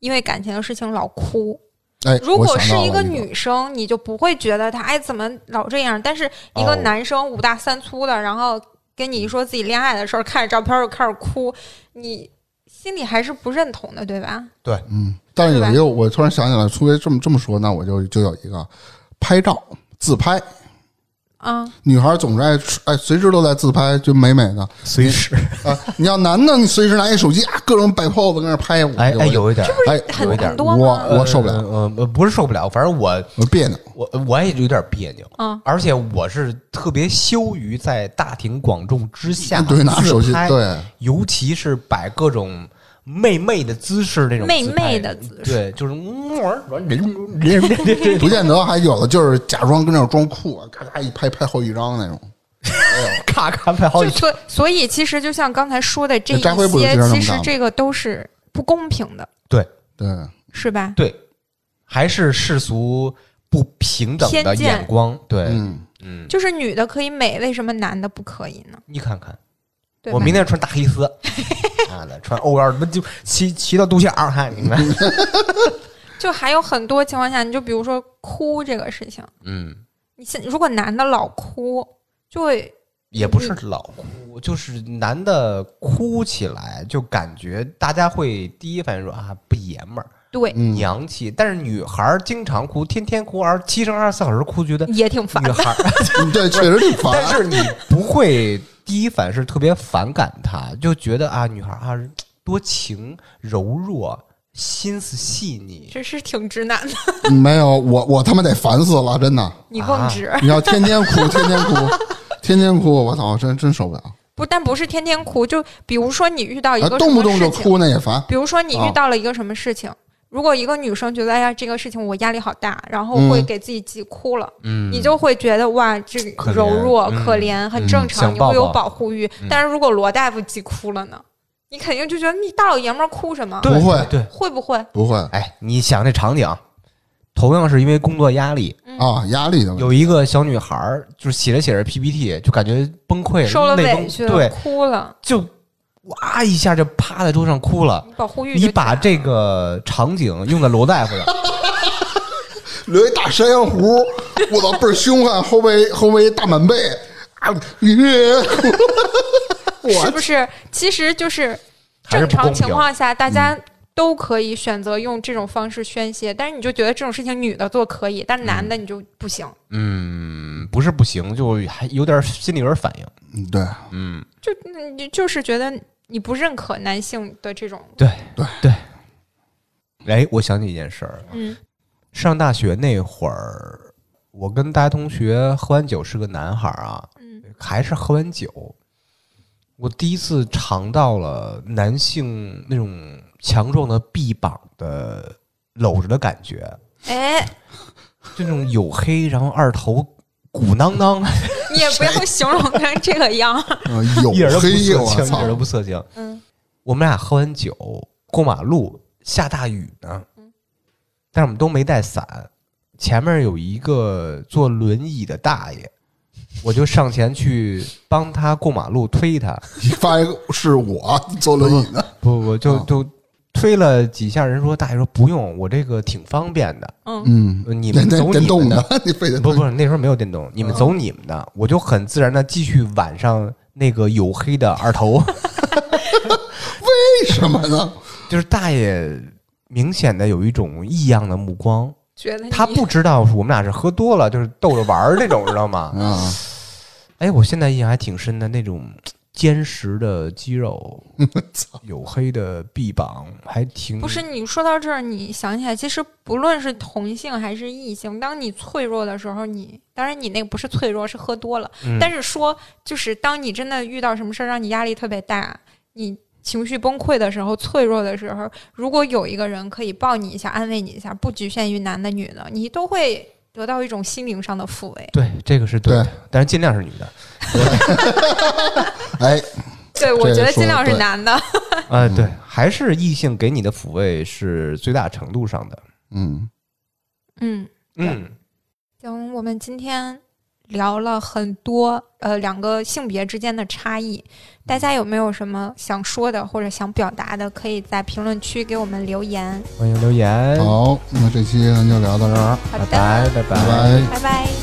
Speaker 1: 因为感情的事情老哭。
Speaker 3: 哎，
Speaker 1: 如
Speaker 3: 我
Speaker 1: 果
Speaker 3: 想
Speaker 1: 是
Speaker 3: 到了
Speaker 1: 一
Speaker 3: 一
Speaker 1: 个，女生，你就不会觉得他哎怎么老这样，但是一个
Speaker 2: 哦
Speaker 1: 男生五大三粗的，然后跟你一说自己恋爱的事儿，看着照片就开始哭，你心里还是不认同的，对吧？
Speaker 3: 嗯，但是有一个，我突然想起来，除非这么这么说，那我就就有一个拍照自拍，
Speaker 1: 啊、
Speaker 3: 女孩总是爱爱随时都在自拍，就美美的
Speaker 2: 随时
Speaker 3: 啊。你要男的，你随时拿一手机啊，各种摆 pose 跟那拍，我
Speaker 2: 哎
Speaker 3: 就
Speaker 2: 哎，有一点儿，
Speaker 3: 哎，
Speaker 1: 很
Speaker 2: 有一点
Speaker 1: 很多
Speaker 3: 我
Speaker 1: 吗？
Speaker 3: 我受不了，
Speaker 2: 呃，呃不是受不了，反正我
Speaker 3: 我别扭。
Speaker 2: 我我也有点别扭，
Speaker 1: 嗯
Speaker 2: 而且我是特别羞于在大庭广众之下
Speaker 3: 对，拿手机
Speaker 2: 自拍，
Speaker 3: 对，
Speaker 2: 尤其是摆各种媚媚的姿势那种
Speaker 1: 媚
Speaker 2: 自拍
Speaker 1: 媚的姿势
Speaker 2: 对，就是嗯人人人人人
Speaker 3: [LAUGHS] 不见得还有的就是假装跟那儿装酷啊，咔咔一拍拍好几张那种。
Speaker 2: 咔咔拍好
Speaker 1: 就
Speaker 2: 几张，
Speaker 1: 所所以，其实就像刚才说的这一
Speaker 3: 那张辉不是
Speaker 1: 些
Speaker 3: 经，常这
Speaker 1: 其
Speaker 3: 么
Speaker 1: 实
Speaker 3: 干吗
Speaker 1: 这个都是不公平的，
Speaker 2: 对
Speaker 3: 对，
Speaker 1: 是吧？
Speaker 2: 对，还是世俗不平等的
Speaker 1: 偏见
Speaker 2: 眼光，对，
Speaker 3: 嗯，
Speaker 2: 嗯，
Speaker 1: 就是女的可以美，为什么男的不可以呢？
Speaker 2: 你看看，
Speaker 1: 对吧
Speaker 2: 我明天穿大黑丝，妈的，穿 O L 什么就骑骑到肚脐眼儿，看明白？
Speaker 1: 嗯就还有很多情况下，你就比如说哭这个事情，
Speaker 2: 嗯。
Speaker 1: 你现如果男的老哭，就会
Speaker 2: 也不是老哭，就是男的哭起来，就感觉大家会第一反应说啊不爷们儿、
Speaker 1: 对
Speaker 3: 嗯
Speaker 2: 娘气，但是女孩儿经常哭，天天哭，而七乘二十四小时哭，觉得
Speaker 1: 也挺烦
Speaker 2: 女
Speaker 1: 的。
Speaker 2: 孩 [LAUGHS] 儿，
Speaker 3: 对，确实挺
Speaker 2: 但
Speaker 3: 烦。
Speaker 2: 是你不会第一反应是特别反感她，就觉得啊女孩儿啊多情柔弱，心思细腻，
Speaker 1: 这是挺直男
Speaker 2: 啊
Speaker 1: 的，
Speaker 3: 嗯没有我，我他妈得烦死了，真的。
Speaker 1: 你更直，
Speaker 3: [LAUGHS] 你要天天哭，天天哭，天天哭，我操，真真受不了。
Speaker 1: 不但不是天天哭，就比如说你遇到一啊
Speaker 3: 啊
Speaker 2: 呃
Speaker 1: 个，什
Speaker 3: 动
Speaker 1: 么
Speaker 3: 不动就
Speaker 1: 事情，
Speaker 3: 哭那也烦。
Speaker 1: 比如说你
Speaker 3: 啊
Speaker 1: 遇到了一个什么事情，如果一个女生觉得哎呀这个事情我压力好大，然后会
Speaker 3: 嗯
Speaker 1: 给自己急哭了，
Speaker 2: 嗯，
Speaker 1: 你就会觉得哇，这个
Speaker 2: 可怜
Speaker 1: 柔弱、
Speaker 2: 嗯
Speaker 1: 可怜，很正常，
Speaker 2: 想
Speaker 1: 你
Speaker 2: 抱抱嗯
Speaker 1: 会有保护欲。但是如果罗大夫急哭了呢，你肯定就觉得你大老爷们儿哭什么？
Speaker 2: 对
Speaker 3: 不会
Speaker 2: 对，对
Speaker 1: 会不会？
Speaker 3: 不会啊
Speaker 2: 哎，你想这场景，同样是因为工作压力，
Speaker 1: 嗯
Speaker 3: 啊，压力的问题。
Speaker 2: 有一个小女孩儿，就是写着写着 PPT，就感觉崩溃，
Speaker 1: 受了
Speaker 2: 泪崩
Speaker 1: 委屈，
Speaker 2: 对，
Speaker 1: 哭了，
Speaker 2: 就哇一下就趴在桌上哭了
Speaker 1: 你。保护欲就
Speaker 2: 你把
Speaker 1: 强
Speaker 2: 这个场景用在罗大夫的，
Speaker 3: 留一大山羊胡，我操，倍儿凶悍，后背 [LAUGHS] 后背一大满背啊，
Speaker 1: 是不是？其实就是
Speaker 2: 还是
Speaker 1: 正
Speaker 2: 不
Speaker 1: 常
Speaker 2: 公平嗯
Speaker 1: 情况下，大家都可以选择用这种方式宣泄，但是你就觉得这种事情女的做可以，但男的你就不行，
Speaker 2: 嗯，不是不行，就还有点心里有点反应。
Speaker 3: 嗯对，
Speaker 2: 嗯，
Speaker 1: 就你就是觉得你不认可男性的这种，
Speaker 2: 对对对。哎，我想起一件事儿，
Speaker 1: 嗯
Speaker 2: 上大学那会儿，我跟大学同学喝完酒，是个男孩儿啊，
Speaker 1: 嗯
Speaker 2: 还是喝完酒，我第一次尝到了男性那种强壮的臂膀的搂着的感觉，
Speaker 1: 哎，
Speaker 2: 就那种黝黑，然后二头鼓囊囊，
Speaker 1: 你也不要形容成这个样儿，
Speaker 3: 呃
Speaker 2: 一点儿
Speaker 3: 黝
Speaker 2: 都不
Speaker 3: 黑，
Speaker 2: 色
Speaker 3: 我
Speaker 2: 情，一点儿
Speaker 3: 操
Speaker 2: 都，不色情。
Speaker 1: 嗯，
Speaker 2: 我们俩喝完酒过马路，下大雨呢，但是我们都没带伞。前面有一个坐轮椅的大爷，我就上前去帮他过马路，推他，
Speaker 3: 你发一个是我坐轮椅的，
Speaker 2: 不不 [LAUGHS] 哦就
Speaker 3: 啊
Speaker 2: 就推了几下。人说大爷说不用，我这个挺方便的，
Speaker 1: 嗯，
Speaker 3: 嗯，
Speaker 2: 你
Speaker 3: 那
Speaker 2: 们走
Speaker 3: 那
Speaker 2: 你们
Speaker 3: 电动
Speaker 2: 的。
Speaker 3: 的，你 [LAUGHS] 非得
Speaker 2: 不不，那时候没有电嗯动，你们走你们的，我就很自然的继续挽上那个黝黑的二头。
Speaker 3: 为什么呢？
Speaker 2: 就是大爷明显的有一种异样的目光，
Speaker 1: 觉得你
Speaker 2: 他不知道我们俩是喝多
Speaker 1: [LAUGHS]
Speaker 2: 了，就是逗着玩儿那种，知道吗？
Speaker 3: 啊，
Speaker 2: 哎，我现在印象还挺深的那种坚实的
Speaker 1: [LAUGHS]
Speaker 2: 肌肉，黝黑的臂膀，还挺
Speaker 1: 不是你说到这儿，你想起来，其实不论是同性还是异性，当你脆弱的时候，你当然你那个不是脆弱，是喝多了。
Speaker 2: 嗯
Speaker 1: 但是说，就是当你真的遇到什么事儿让你压力特别大，你情绪崩溃的时候、脆弱的时候，如果有一个人可以抱你一下、安慰你一下，不局限于男的、女的，你都会得到一种心灵上的抚慰。
Speaker 2: 对，这个是对的，但是尽量是女的。
Speaker 3: 哎，
Speaker 1: 对，我
Speaker 3: 这
Speaker 1: 觉
Speaker 3: 个
Speaker 1: 得
Speaker 3: 说
Speaker 1: 尽
Speaker 3: 得
Speaker 1: 量是
Speaker 3: 对
Speaker 1: 男的。
Speaker 2: 啊，
Speaker 1: 嗯
Speaker 2: 对，还是异性给你的抚慰是最大程度上的。
Speaker 3: 嗯，
Speaker 1: 嗯，
Speaker 2: 嗯，
Speaker 1: 行，我们今天聊了很多，呃，两个性别之间的差异，大家有没有什么想说的或者想表达的，可以在评论区给我们留言。
Speaker 2: 欢迎留言，
Speaker 3: 好，那这期咱就聊到这儿，
Speaker 1: 好的，
Speaker 2: 拜拜，拜
Speaker 3: 拜拜。
Speaker 1: 拜拜